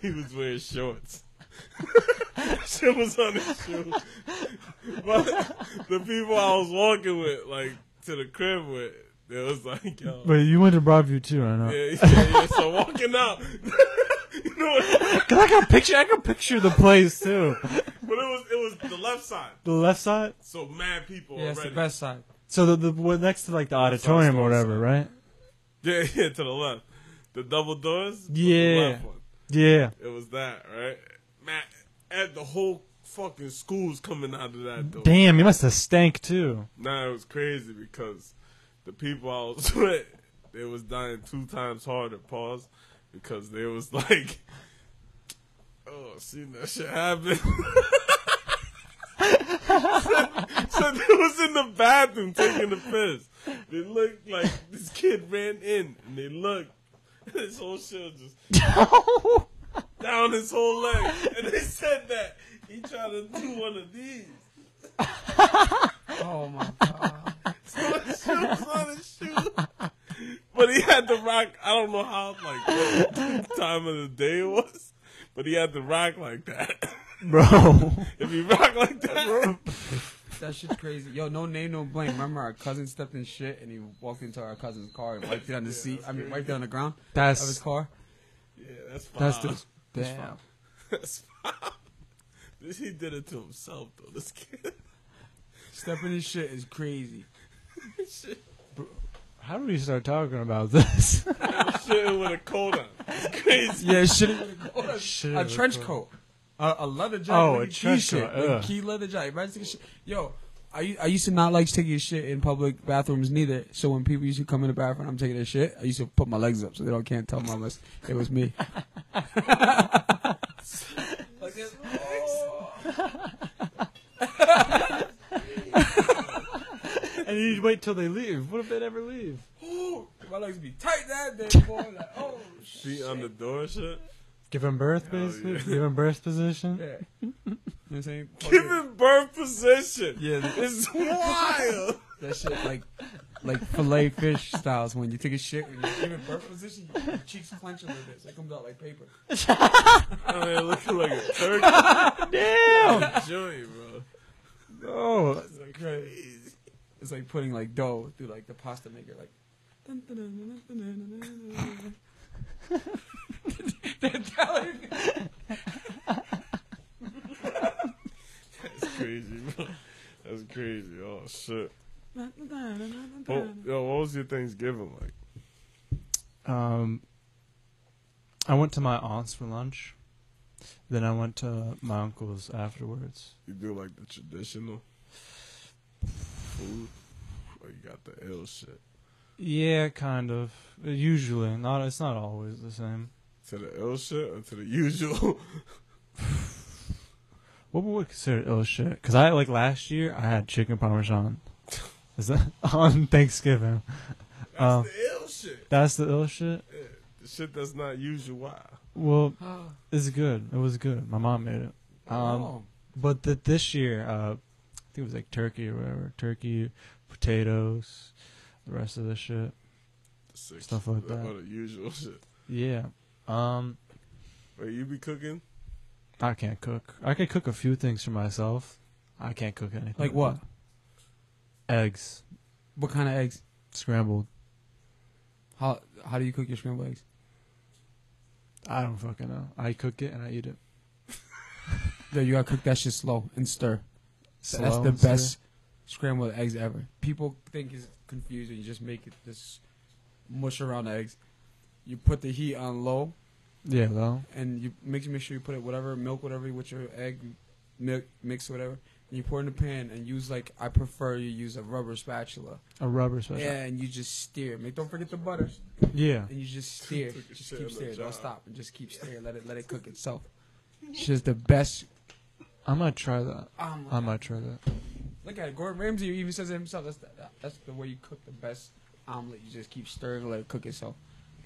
He was wearing shorts. shit was on his shoes. But the people I was walking with, like to the crib with, they was like, yo. But you went to Broadview too, I know. Yeah, yeah, yeah. So walking out, you know, what? Cause I can picture, I can picture the place too. but it was it was the left side. The left side. So mad people Yeah, it's the already. best side. So the the one next to like the Left side, auditorium or left whatever, right? Yeah, yeah, to the left. The double doors. was The Yeah. left one. Yeah. It was that, right? Man, and the whole fucking school's coming out of that door. Damn, you must have stank too. Nah, it was crazy because the people I was with, they was dying two times harder. Pause, because they was like, "Oh, seen that shit happen." so, so they was in the bathroom taking a piss. They looked like this kid ran in, and they looked. This whole shit was just down his whole leg, and they said that he tried to do one of these. Oh my god. Shoes on his shoe. But he had the rock. I don't know how like what time of the day it was, but he had the rock like that. Bro. If you rock like that, That shit's crazy. Yo, no name, no blame. Remember our cousin stepped in shit and he walked into our cousin's car and wiped it on the seat. I mean, wiped it on the ground of his That's car. Yeah, that's fine. that's the Damn. That's fine. This- he did it to himself though. This kid. Stepping in shit is crazy. How do we start talking about this? shit with a cold on. It's crazy. Yeah, shit. a, Shit, a trench okay. coat, a, a leather jacket. Oh, like a trench key coat, shit, like ugh. key leather jacket. Imagine taking shit. Yo, I u- I used to not like taking shit in public bathrooms neither. So when people used to come in the bathroom, I'm taking their shit. I used to put my legs up so they don't can't tell my list. It was me. Like this. Oh. and you wait till they leave. What if they never leave? Ooh, my legs be tight that day, boy. Like, oh shit. Feet on the door, shit. Give him birth, Hell basically. yeah. Give him birth position. Yeah. You know what I'm saying? Give him birth position. Yeah, th- It's wild. that shit like like fillet fish styles when you take a shit when you're in birth position, your cheeks clench a little bit, so it comes out like paper. I mean, Oh, looking like a turkey. Damn. Joey, bro. Oh, It's like crazy. It's like putting like dough through like the pasta maker, like. dun, dun, dun, dun, dun, dun, dun, dun. They're telling me. That's crazy, bro. That's crazy. Oh shit. Dun, dun, dun, dun, dun, Oh, dun. yo, what was your Thanksgiving like? um, I went to my aunt's for lunch. Then I went to my uncle's afterwards. You do like the traditional food, or you got the ill shit. Yeah, kind of. Usually, not. It's not always the same. To the ill shit or to the usual? What would we consider ill shit? Because I like last year I had chicken parmesan. Is that on Thanksgiving? That's Uh, the ill shit. That's the ill shit. The shit that's not usual. Why? Well, Oh. it's good. It was good. My mom made it. Um, Oh. But the, this year, uh, I think it was like turkey or whatever. Turkey, potatoes, the rest of the shit. The sick Stuff shit, like that. Or the usual shit. Yeah. Um, Wait, you be cooking? I can't cook. I can cook a few things for myself. I can't cook anything. Like what? Eggs, What kind of eggs? scrambled. How how do you cook your scrambled eggs? I don't fucking know. I cook it and I eat it. Yo, you gotta cook that shit slow and stir. Slow That's and the stir. best scrambled eggs ever. People think it's confusing. You just make it just mush around the eggs. You put the heat on low, Yeah, though. and you make make sure you put it whatever milk, whatever with your egg milk mix, whatever. And you pour it in the pan and use like I prefer you use a rubber spatula. A rubber special. Yeah. Yeah, and you just steer. Make don't forget the butter. And you just steer. Took a Just shit keep in the steering. jar. Don't stop. And just keep steering. Let it let it cook itself. She's the best. I might try that. Oh my I might try that. Look at it. Gordon Ramsay even says it himself. That's the, that's the way you cook the best omelet. You just keep stirring, let it cook itself.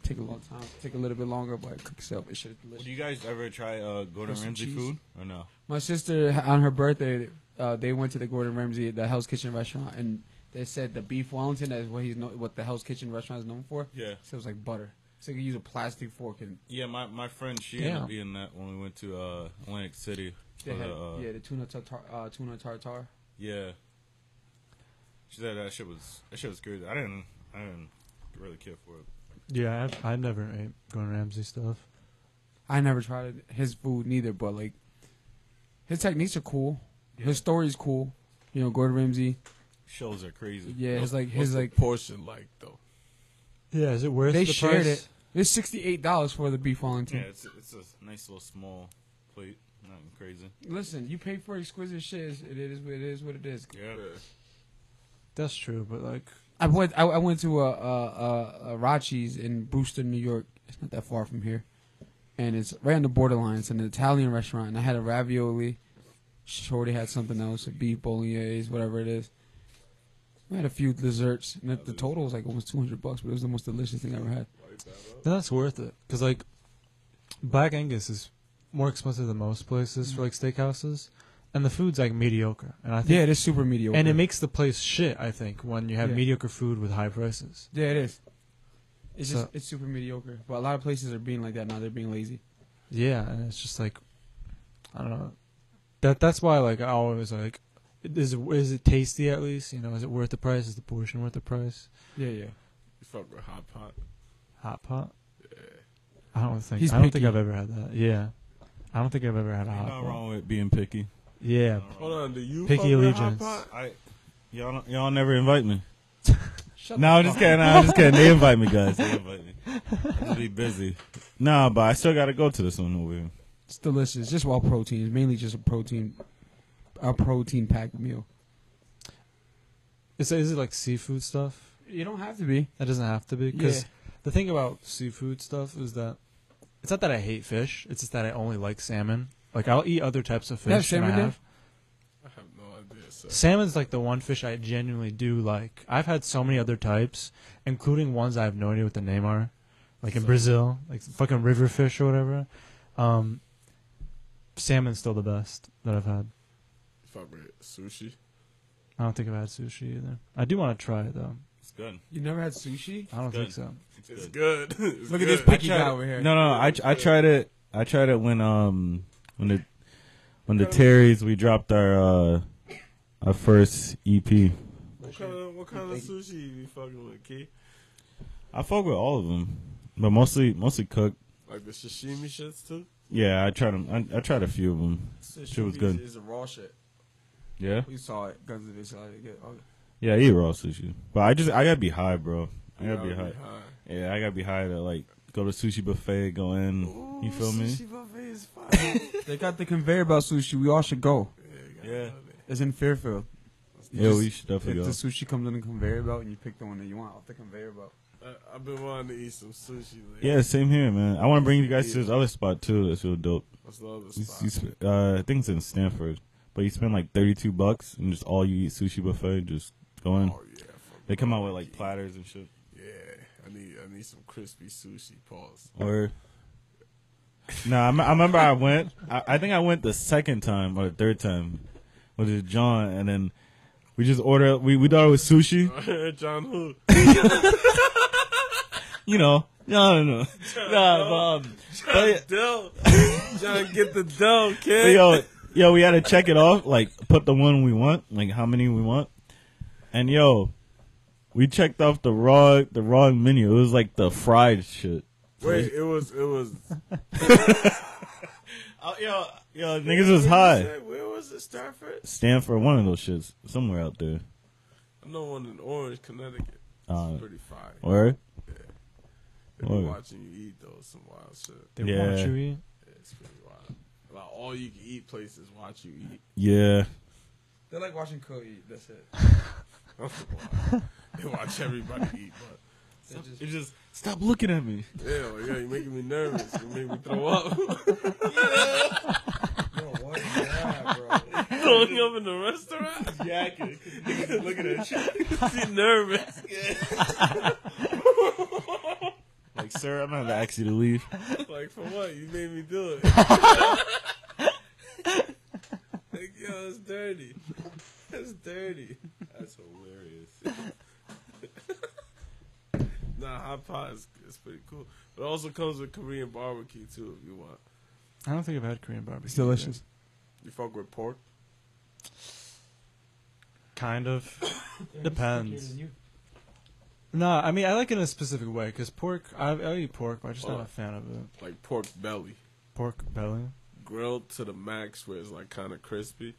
Take a long time. Take a little bit longer, but it cooks itself. It should Would delicious. you guys ever try uh, Gordon Put some Ramsay cheese. food or no? My sister on her birthday, uh, they went to the Gordon Ramsay, the Hell's Kitchen restaurant, and they said the beef Wellington is what he's know, what the Hell's Kitchen restaurant is known for. Yeah. So it was like butter. So you could use a plastic fork and Yeah, my, my friend she ended Yeah. up eating that when we went to uh, Atlantic City. they for had the, uh, yeah the tuna tartar uh, tuna tartar. Yeah. She said that shit was that shit was crazy. I didn't I didn't really care for it. Yeah, I've, I've never ate Gordon Ramsay stuff. I never tried it- his food neither, but like his techniques are cool. His story's cool. You know, Gordon Ramsay. Shows are crazy. Yeah, his like his What's the like portion like though. Yeah, is it worth they the shared price? it. It's sixty eight dollars for the beef Yeah, Wellington. it's it's a nice little small plate. Nothing crazy. Listen, you pay for exquisite shit. It's- It is what it is. What it is. Yeah. That's true, but like, I went. I, I went to a, a, a, a Rachi's in Brewster, New York. It's not that far from here, and it's right on the borderline. It's an Italian restaurant, and I had a ravioli. Shorty had something else, a beef bolognese, whatever it is. We had a few desserts, and the, the total was like almost two hundred bucks, but it was the most delicious thing I ever had. then that's worth it. Because like, Black Angus is more expensive than most places for like steakhouses, and the food's like mediocre. And I think, Yeah, it is super mediocre. and it makes the place shit. I think when you have Yeah. mediocre food with high prices. yeah, it is. It's just So- it's super mediocre, but a lot of places are being like that now. They're being lazy. Yeah, and it's just like, I don't know. That that's why like I always like, is it, is it tasty at least? You know, is it worth the price? Is the portion worth the price? Yeah, yeah. You fuck with hot pot. Hot pot. I don't think. He's I don't picky. think I've ever had that. Yeah, I don't think I've ever had a Ain't hot nothing pot. wrong with being picky. Yeah, Hold on, do you Picky fuck with hot Oh. allegiance. pot? I y'all don't- y'all never invite me. Shut No, I'm just kidding. No, I'm just kidding. They invite me, guys. They invite me. I'll be busy. Nah, but I still gotta go to this one over here. It's delicious. Just well protein. Mainly just a protein, a protein packed meal. is it, is it like seafood stuff? You don't have to be. That doesn't have to be because the thing about seafood stuff is that it's not that I hate fish. It's just that I only like salmon. Like I'll eat other types of You have fish. than I salmon there? have. I have no idea. Sir. Salmon's like the one fish I genuinely do like. I've had so many other types, including ones I have no idea what the name are, like in Brazil, like fucking river fish or whatever. Um, salmon's still the best that I've had. Fuck with sushi. I don't think I've had sushi either. I do want to try it though. It's good. You never had sushi? I don't Good. think so. It's good. It's Look at good. this picky I tried guy it. over here. No, no, I I tried it. I tried it when um when the when the Terrys we dropped our uh our first E EP. What kind of, what kind of sushi you be fucking with, Key? I fuck with all of them, but mostly mostly cooked. Like the sashimi shits too? Yeah, I tried them. I, I tried a few of them. Shit was good. It's a raw shit. Yeah, We saw it. Guns of Bitch. Like, yeah, oh, yeah, I eat raw sushi, but I just I gotta be high, bro. I gotta be Yeah, high. Yeah, I gotta be high to like go to sushi buffet, go in. you feel me? Sushi buffet is fire. They got the conveyor belt sushi. We all should go. Yeah, It's in Fairfield. You yeah, just we should pick definitely the go. sushi comes in a conveyor belt and you pick the one that you want off the conveyor belt. I, I've been wanting to eat some sushi. Lately. Yeah, same here, man. I want to bring you guys to this other spot too. That's real dope. What's the other You, spot? you, sp- uh, I think it's in Stanford, but you spend like thirty-two bucks and just all you eat sushi buffet. Just go in. Oh yeah, fuck They with come all out with that like heat. platters and shit. Yeah, I need I need some crispy sushi. Pause. Or no, I, m- I remember I went. I, I think I went the second time or the third time with John, and then we just ordered. We we thought it was sushi. John Who? You know, no, no, no, nah, but, um, but, Dough. John, get the dough, but kid. yo, yo, we had to check it off. Like, put the one we want. Like, how many we want. And yo, we checked off the wrong the wrong menu. It was like the fried shit. Wait, it was it was. Uh, yo, yo, niggas was high. Where was it, Stanford? Stanford, one of those shits, somewhere out there. I know one in Orange, Connecticut. Uh, It's pretty fire. Where? They be Word. watching you eat though, it's some wild shit. They Yeah. want you to eat. Yeah, it's pretty wild. Like all you can eat places watch you eat. Yeah. They're like watching Cody. eat. That's it. That's wild. they watch everybody eat, but They're just- It's just stop looking at me. hell yeah, you're making me nervous. You make me throw up. Bro, what? Yeah, bro. Throwing up in the restaurant? Yeah, I can. Looking at you. She nervous. Like, sir, I'm not gonna ask you to leave. Like, for what? You made me do it. like, yo, it's dirty. It's dirty. That's hilarious. nah, hot pot is it's pretty cool. But it also comes with Korean barbecue, too, if you want. I don't think I've had Korean barbecue. It's delicious. You fuck with pork? Kind of. Depends. No, I mean I like it in a specific way because pork. I, I eat pork, but I'm just Oh. not a fan of it. Like pork belly. Pork belly. Grilled to the max where it's like kind of crispy.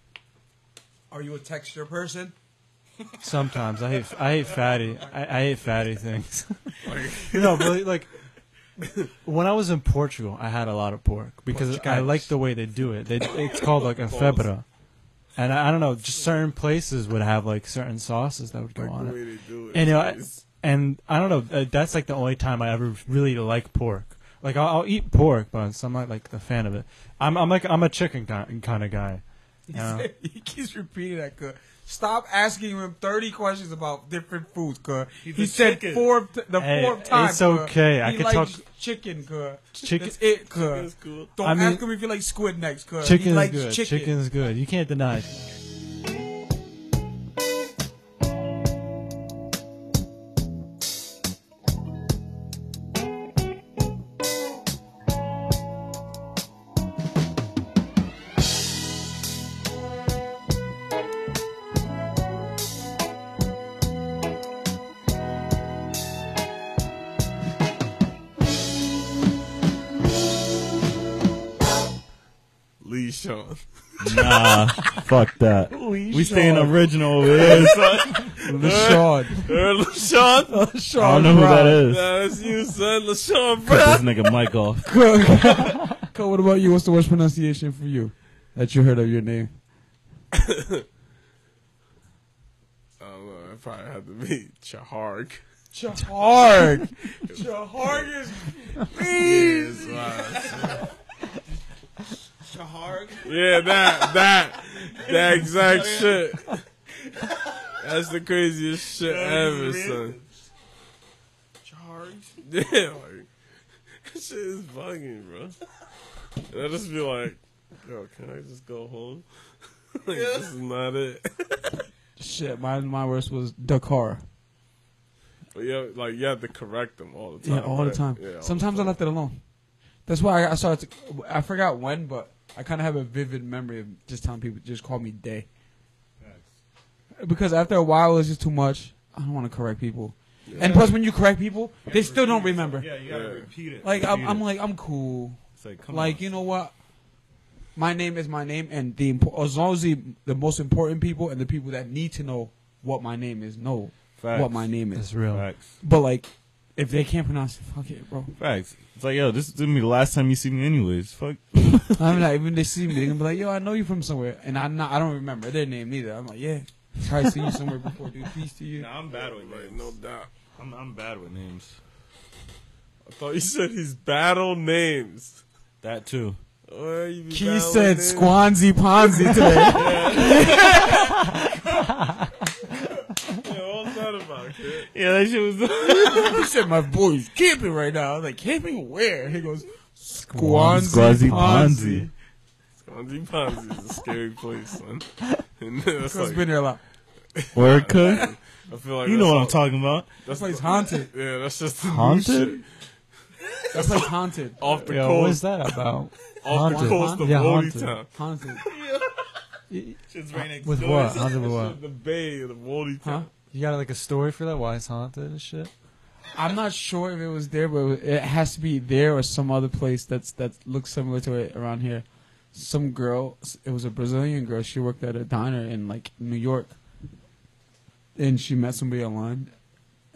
Are you a texture person? Sometimes I hate I hate fatty. I, I hate fatty things. Like, no, but like when I was in Portugal, I had a lot of pork because I Portuguese. like the way they do it. They, it's called like a febra, and I, I don't know. Just certain places would have like certain sauces that would go like on the it. way they do it. And, you know, I- It's- and I don't know. uh, That's like the only time I ever really like pork. Like I'll, I'll eat pork, but I'm not like the fan of it. I'm, I'm like I'm a chicken kind of guy. you know? he keeps repeating that, cuz. Stop asking him 30 questions about different foods, cuz. He a said chicken. four, t- the Hey, fourth time. it's cuz. okay. I he could likes talk- chicken, cuz. Chicken- That's it, It's cuz. cool. Don't I mean- ask him if you like squid next, cuz. he Chicken's likes good. chicken. Chicken's good. You can't deny it. Lee Sean. Nah, fuck that. We staying original over here. LaShawn. Earl LaShawn? LaShawn. I don't know who that is. Nah, that's you, son. LaShawn, bro. Cut this nigga mic off. Cole, what about you? What's the worst pronunciation for you that you heard of your name? Oh, well, it probably had to be Chaharg. Chaharg. Yes, Yeah, that, that, that exact shit. That's the craziest shit ever, son. Charged? Yeah, like, that shit is bugging, bro. And I just be like, yo, can I just go home? like, this is not it. Shit, my, my worst was Dakar. But yeah, like, you have to correct them all the time. Yeah, all the right? time. Yeah, all Sometimes the I left it alone. That's why I, I started to. I forgot when, but I kind of have a vivid memory of just telling people, just call me Day. Because after a while, it was just too much. I don't want to correct people. And plus, when you correct people, they still don't remember. Yeah, you gotta Yeah. repeat it. Like, I'm, I'm like, I'm cool. like, you know what? My name is my name, and the impo- as long as the, the most important people and the people that need to know what my name is know what my name is. That's real. Facts. But like, if they can't pronounce it, fuck it, bro. Facts. It's like, yo, this is gonna be the last time you see me, anyways. Fuck. I'm like, when they see me, they're gonna be like, "Yo, I know you from somewhere," and I'm not, I don't remember their name either. I'm like, "Yeah, try to see you somewhere before, dude. Peace to you." I'm bad with time. Like, no doubt. I'm, I'm bad with names. I thought you said he's battle names. That too. Or you be He battling said names. Squanzy Ponzi today. Yeah, what's that about, kid? Yeah, that shit was. he said, "My boy's camping right now." I was like, "Camping where?" He goes, Squanzy "Squanzy, Ponzi." Ponzi. Ponzi Ponzi is a scary place, son. And that's He's like, been there a lot. Word cook. I feel like You that's know what all- I'm talking about. That's That's why he's the- haunted. Yeah, that's just the new Haunted? shit. That's like haunted. off the Yo, what coast, is that about? off the haunted? coast of Yeah, Holy haunted. Town. Haunted. Shit's right next With what? Haunted with what? The bay of the Holy Huh? Town. You got like a story for that? Why it's haunted and shit? I'm not sure if it was there, but it has to be there or some other place that's that looks similar to it around here. Some girl, it was a Brazilian girl. She worked at a diner in like New York, and she met somebody online,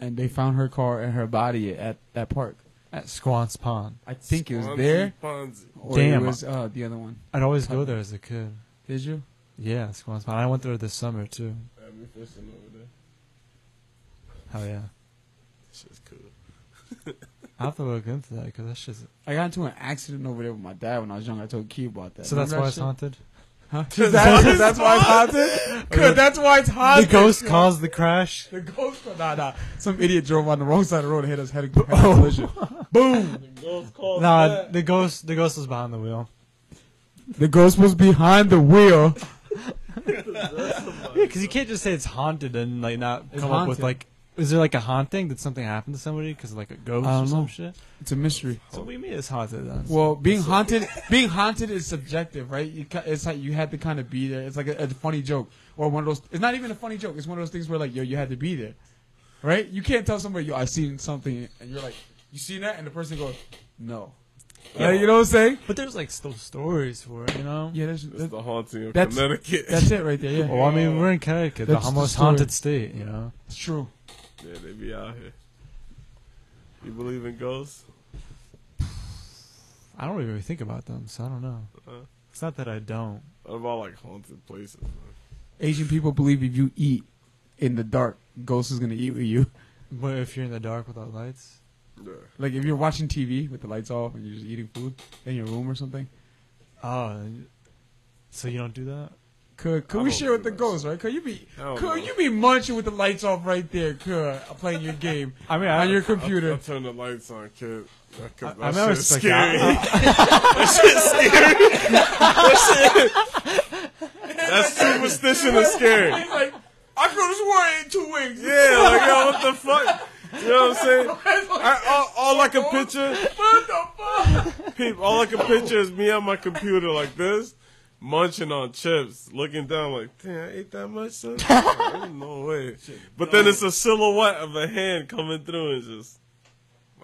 and they found her car and her body at that park. At Squants Pond. I think it was Ponzi, there, Ponzi. or Damn. it was uh, the other one. I'd always go there as a kid. Did you? Yeah, Squants Pond. I went there this summer too. Yeah, we fishing over there. Hell yeah. Shit's cool. I have to look into that because that's just. I got into an accident over there with my dad when I was young. I told Key about that. So that's Remember why that it's shit? haunted? Huh? that's, that's why it's haunted. Good, that's why it's haunted. The ghost caused the crash? The ghost car. Nah, nah. Some idiot drove on the wrong side of the road and hit us head head on collision. Boom. Oh, Nah, the ghost the ghost was behind the wheel. The ghost was behind the wheel. Yeah, because you can't just say it's haunted and like not It's come up with haunted. like. Is there like a haunting? Did something happen to somebody? Because like a ghost I or don't some know. shit. It's a mystery. So we mean it's haunted then. Well, being haunted, being haunted is subjective, right? You, ca- it's like you had to kind of be there. It's like a, a funny joke or one of those. It's not even a funny joke. It's one of those things where like, yo, you had to be there, right? You can't tell somebody, yo, I seen something, and you're like, you seen that, and the person goes, no. Yeah. Like, you know what I'm saying? but there's like still stories for it, you know. Yeah, that's, It's that's, the Oh, haunting of That's- Connecticut. that's it right there. Yeah, Well, I mean, we're in Connecticut, the That's the most story. haunted state, you know. it's true. yeah, they be out here. You believe in ghosts? I don't really think about them, so I don't know. Uh-huh. It's not that I don't. What about like haunted places? man? Asian people believe if you eat in the dark, ghost is gonna eat with you. But if you're in the dark without lights, Yeah. Like if you're watching TV with the lights off and you're just eating food in your room or something. oh, and- so you don't do that? Could could I we don't share with do the that. ghost, right? Could you be I don't could know. you be munching with the lights off right there? Could playing your game I mean, on I, your I'll, computer. turn the lights on, kid. That, could, I- I'm that not shit's expecting- scary. I- that shit's scary. That shit. That's superstition is scary. It's like I could have sworn I ate two wings. Yeah, like yo, what the fuck? You know what I'm saying? I, all, all I can picture, What the fuck? peep, all I can picture is me on my computer like this, munching on chips, looking down like, damn, I ate that much, son. no way. But then it's a silhouette of a hand coming through and just.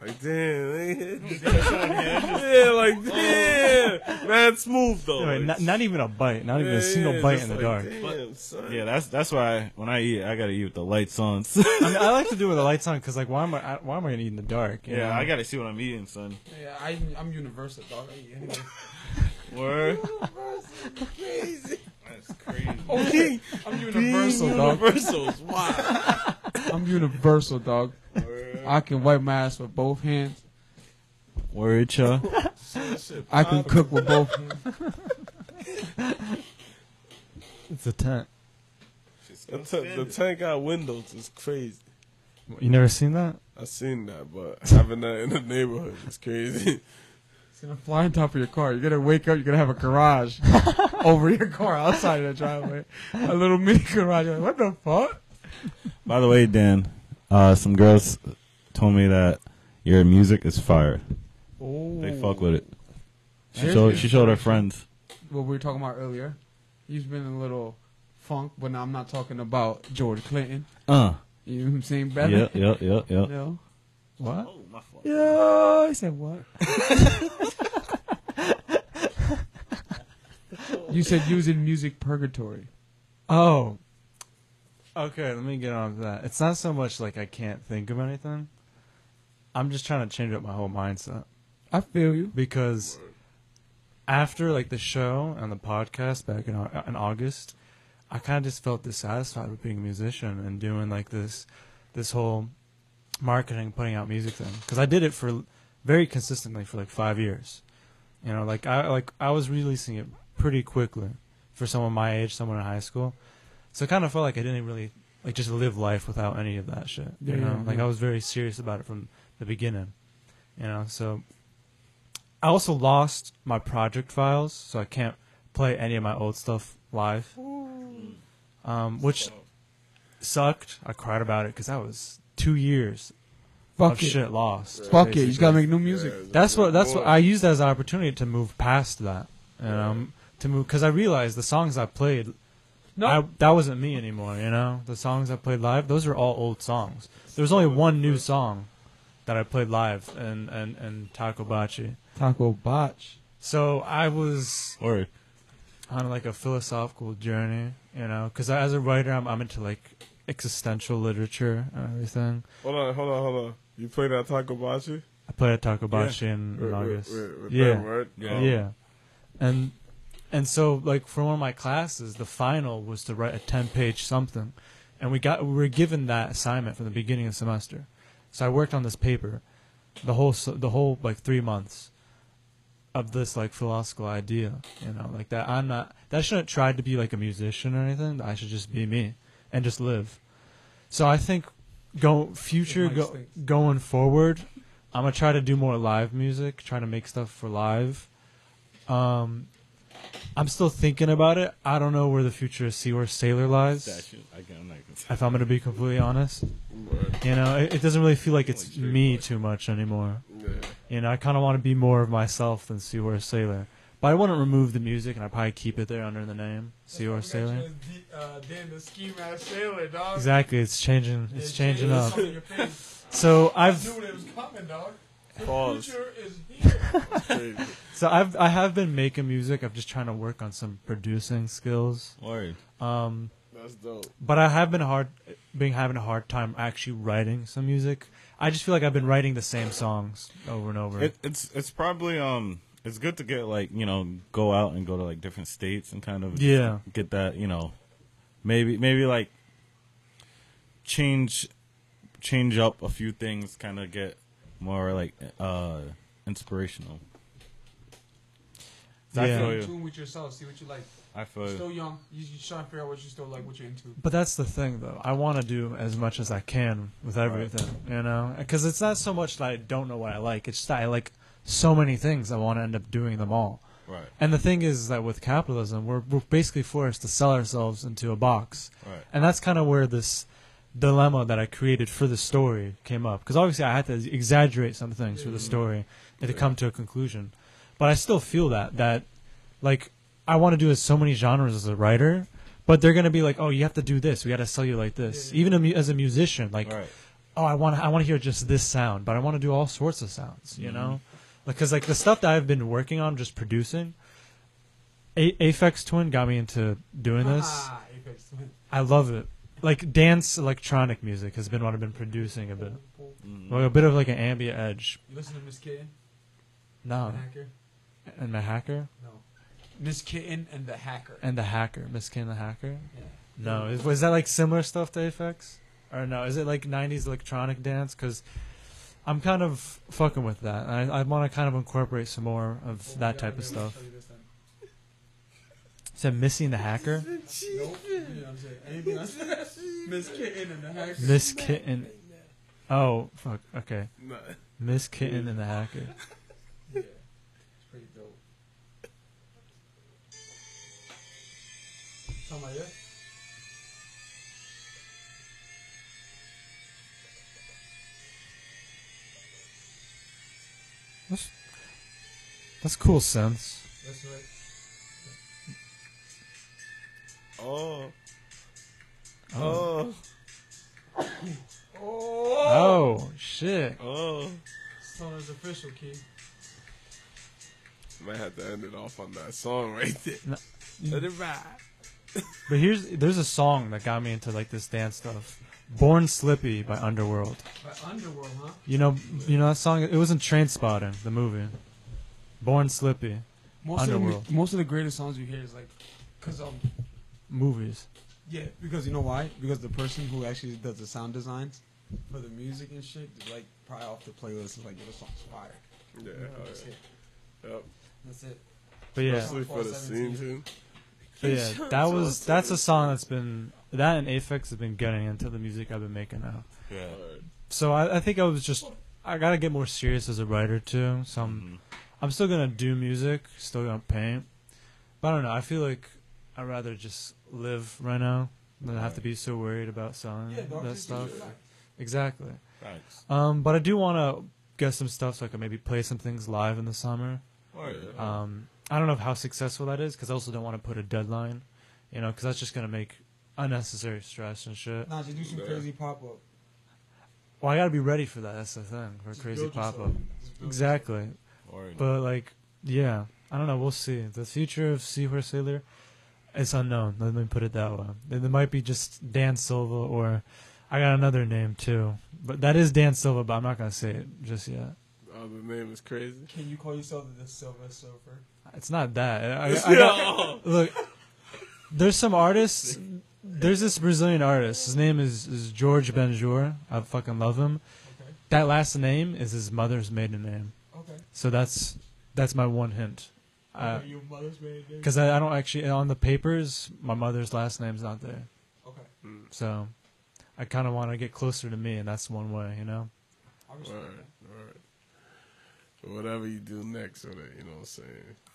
Like damn, eh? yeah, like damn, man, mad smooth though. Anyway, Like, not, not even a bite, not even yeah, a single yeah, bite just in the like, dark. Damn, son. Yeah, that's that's why when I eat, I gotta eat with the lights on. I mean, I like to do it with the lights on because, like, why am I? I- Why am I gonna eat in the dark? you yeah, know? I gotta see what I'm eating, son. Yeah, I, I'm universal, dog. Word. I'm universal, dog. Universals. Wow. I'm universal, dog. I can wipe my ass with both hands. Word, cha. I can cook with both hands. It's a tent. The, t- the tank got windows is crazy. You never seen that? I seen that, but having that in the neighborhood is crazy. It's gonna fly on top of your car. You're gonna wake up. You're gonna have a garage over your car outside of the driveway, a little mini garage. You're like, what the fuck? By the way, Dan, uh, some girls told me that your music is fire. They fuck with it. She showed, she showed her friends. What we were talking about earlier. He's been a little funk, but now I'm not talking about George Clinton. Uh. You know what I'm saying, brother? Yep, yep, yep, yep. No. What? Yeah, I said what? you said using music purgatory. Oh. Okay, let me get on to that. It's not so much like I can't think of anything. I'm just trying to change up my whole mindset I feel you. because after like the show and the podcast back in Au- in August, I kind of just felt dissatisfied with being a musician and doing like this this whole marketing putting out music thing because I did it for very consistently for like 5 years. You know, like I like I was releasing it pretty quickly for someone my age, someone in high school. So it kind of felt like I didn't really like just live life without any of that shit. You Yeah, know, yeah, like yeah. I was very serious about it from the beginning. You know, so I also lost my project files, so I can't play any of my old stuff live. Um, which sucked. I cried about it because that was two years Fuck of it. Oh, shit lost. Fuck it. You just gotta basically. make new music. That's what. That's what. I used that as an opportunity to move past that. Um, to move because I realized the songs I played, No. I, that wasn't me anymore. You know, the songs I played live, those were all old songs. There was only one new song that I played live, and and and Taco Bachi. Taco botch. So I was Word. on like a philosophical journey, you know, because as a writer, I'm, I'm into like existential literature and everything. Hold on, hold on, hold on. You play that Taco Bachi? I played at Takabashi in, With- in with- August. with- with yeah, them, right? Yeah. Oh. yeah, and and so like for one of my classes, the final was to write a ten page something, and we got we were given that assignment from the beginning of the semester. So I worked on this paper, the whole s- the whole like three months of this like philosophical idea, you know, like that. I'm not that shouldn't try to be like a musician or anything. I should just be me and just live. So I think go future Mike go, stinks. going forward, I'm gonna try to do more live music, try to make stuff for live. Um, I'm still thinking about it. I don't know where the future of Seahorse Sailor lies. I can, I'm not gonna say. If I'm gonna be completely honest, you know, it, it doesn't really feel like it's me too much anymore. Yeah. You know, I kind of want to be more of myself than Seahorse Sailor. But I wouldn't remove the music, and I probably keep it there under the name Seahorse Sailor. Then the ski mask sailor, dog. Exactly, it's changing. It's changing up. I've. So Knew I've it was coming, dog. Pause. is here. Crazy. so I've I have been making music. I'm just trying to work on some producing skills. Word. Um, That's dope. but I have been hard been having a hard time actually writing some music. I just feel like I've been writing the same songs over and over. It, it's it's probably um it's good to get like you know go out and go to like different states and kind of Yeah. get that you know maybe maybe like change change up a few things kind of get more like uh inspirational. I Yeah. Oh, feel In you. tune with yourself. See what you like. I feel you. Still young. You, you trying to figure out what you still like, what you're into. But that's the thing, though. I want to do as much as I can with everything, you know, because it's not so much that I don't know what I like. It's just that I like so many things. I want to end up doing them all. Right. And the thing is that with capitalism, we're we're basically forced to sell ourselves into a box. Right. And that's kind of where this dilemma that I created for the story came up. Because obviously, I had to exaggerate some things Mm-hmm. for the story to come to a conclusion. But I still feel that that like I want to do as so many genres as a writer, but they're gonna be like, oh, you have to do this. We got to sell you like this. Even a mu- as a musician, like, Right. oh, I want I want to hear just this sound, but I want to do all sorts of sounds. You know, because like the stuff that I've been working on, just producing. A- Aphex Twin got me into doing this. Ah, Apex Twin. I love it. Like dance electronic music has been what I've been producing a bit, like a bit of like an ambient edge. You listen to Miss Kitten, No, Uh-huh. the hacker? and the hacker No. Miss Kitten and the hacker. and the hacker, Miss Kane the hacker. Yeah. No, is, was that like similar stuff to Aphex, or no? Is it like '90s electronic dance? Because I'm kind of fucking with that. and I I want to kind of incorporate some more of Oh my that God, type of maybe I'll stuff. show you this then. Is that missing the hacker? Nope. You know what I'm saying? Anything else? Miss Kitten and the hacker. Miss Kitten. Oh fuck. Okay. Nah. Miss Kitten and the hacker. Yeah. It's pretty dope. Something like this? That's cool sense. That's right. Oh. Oh. Oh shit. Oh. Stoner's official key. Might have to end it off on that song right there. No. Let Mm. it ride. But here's there's a song that got me into like this dance stuff. Born Slippy by Underworld. By Underworld, huh? You know, you know that song. It was in Train Spotting, the movie. Born Slippy Most of Underworld. the, mu- most of the greatest songs you hear is like, Because, um, movies. yeah, because you know why? Because the person who actually does the sound designs for the music and shit, is like, probably off the playlist, is like, yo, this song's fire. Yeah. That's it. Yep. That's it. But yeah, Especially for the scene too. but yeah, that was that's a song that's been that and Aphex has been getting into the music I've been making now. Yeah. Alright. So I, I think I was just I gotta get more serious as a writer too. So I'm I'm still gonna do music, still gonna paint, but I don't know. I feel like I'd rather just live right now than have to be so worried about selling Yeah, dog, that just use stuff. your back. Exactly. Thanks. Um, but I do want to get some stuff so I can maybe play some things live in the summer. Alright. Um, I don't know how successful that is because I also don't want to put a deadline, you know, because that's just gonna make unnecessary stress and shit. Nah, just do some Yeah. crazy pop up. Well, I gotta be ready for that. That's the thing for a crazy pop up. Exactly. Word. But like, yeah, I don't know. We'll see. The future of Seahorse Sailor, it's unknown. Let me put it that way. It, it might be just Dan Silva, or I got another name too. But that is Dan Silva, but I'm not gonna say it just yet. Oh, the name is crazy. Can you call yourself the Silver Surfer? It's not that. I, I- I got- look, there's some artists. There's this Brazilian artist. His name is, is George Benjor. I fucking love him. Okay. That last name is his mother's maiden name. Okay. So that's that's my one hint. Uh, okay, your mother's maiden name. Because I, I don't actually on the papers, my mother's last name's not there, Okay. so I kind of want to get closer to me, and that's one way, you know. I respect Alright, alright. Whatever you do next with it, you know what I'm saying?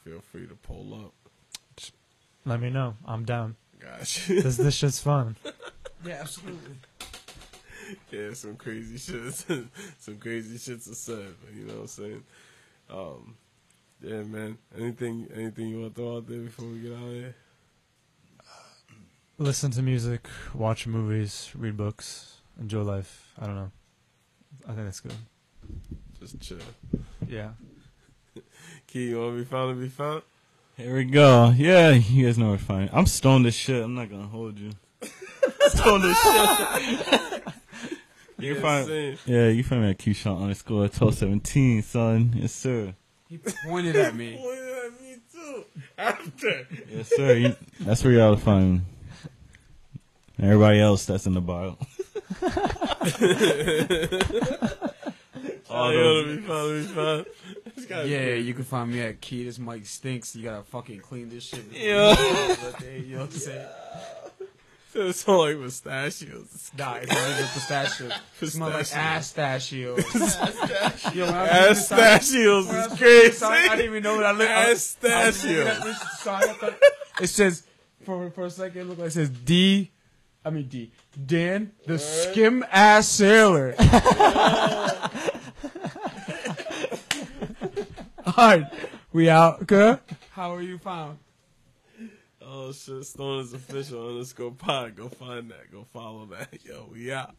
Feel free to pull up. Let me know, I'm down. Gosh. This this shit's fun. that. Yeah, absolutely. yeah, some crazy shit. some crazy shit's are said, but you know what I'm saying? Um yeah, man. Anything anything you want to throw out there before we get out of here? Listen to music, watch movies, read books, enjoy life. I don't know. I think that's good. Just chill. Yeah. Key, you wanna be found to be found? Here we go. Yeah, you guys know where to find me. I'm stoned as shit. I'm not gonna hold you. stoned as shit. you Yeah, can find. same. Yeah, you can find me at Keyshawn underscore twelve seventeen, son. Yes, sir. He pointed at me. Well, yeah, me too. After Yes, sir. You, that's where y'all to find me. Everybody else that's in the bio. Oh, you want to be found to be found. It's gotta be- Yeah, you can find me at Key. This mic stinks. You gotta fucking clean this shit. Yeah. you know what I'm saying? It's all like pistachios. Nah, it's not even pistachio. It smells like ass pistachio. Yo, when I was looking at this side- Pistachios when I is was looking at this crazy. side, I didn't even know what I looked I was- I was looking at. Pistachios. this side, I thought- It says, for, for a second, it looked like it says D. I mean D. Dan, the skim ass sailor. Alright, we out. Good. How are you found? Oh shit, Stone is official underscore pod. Go find that. Go follow that. Yo, we out.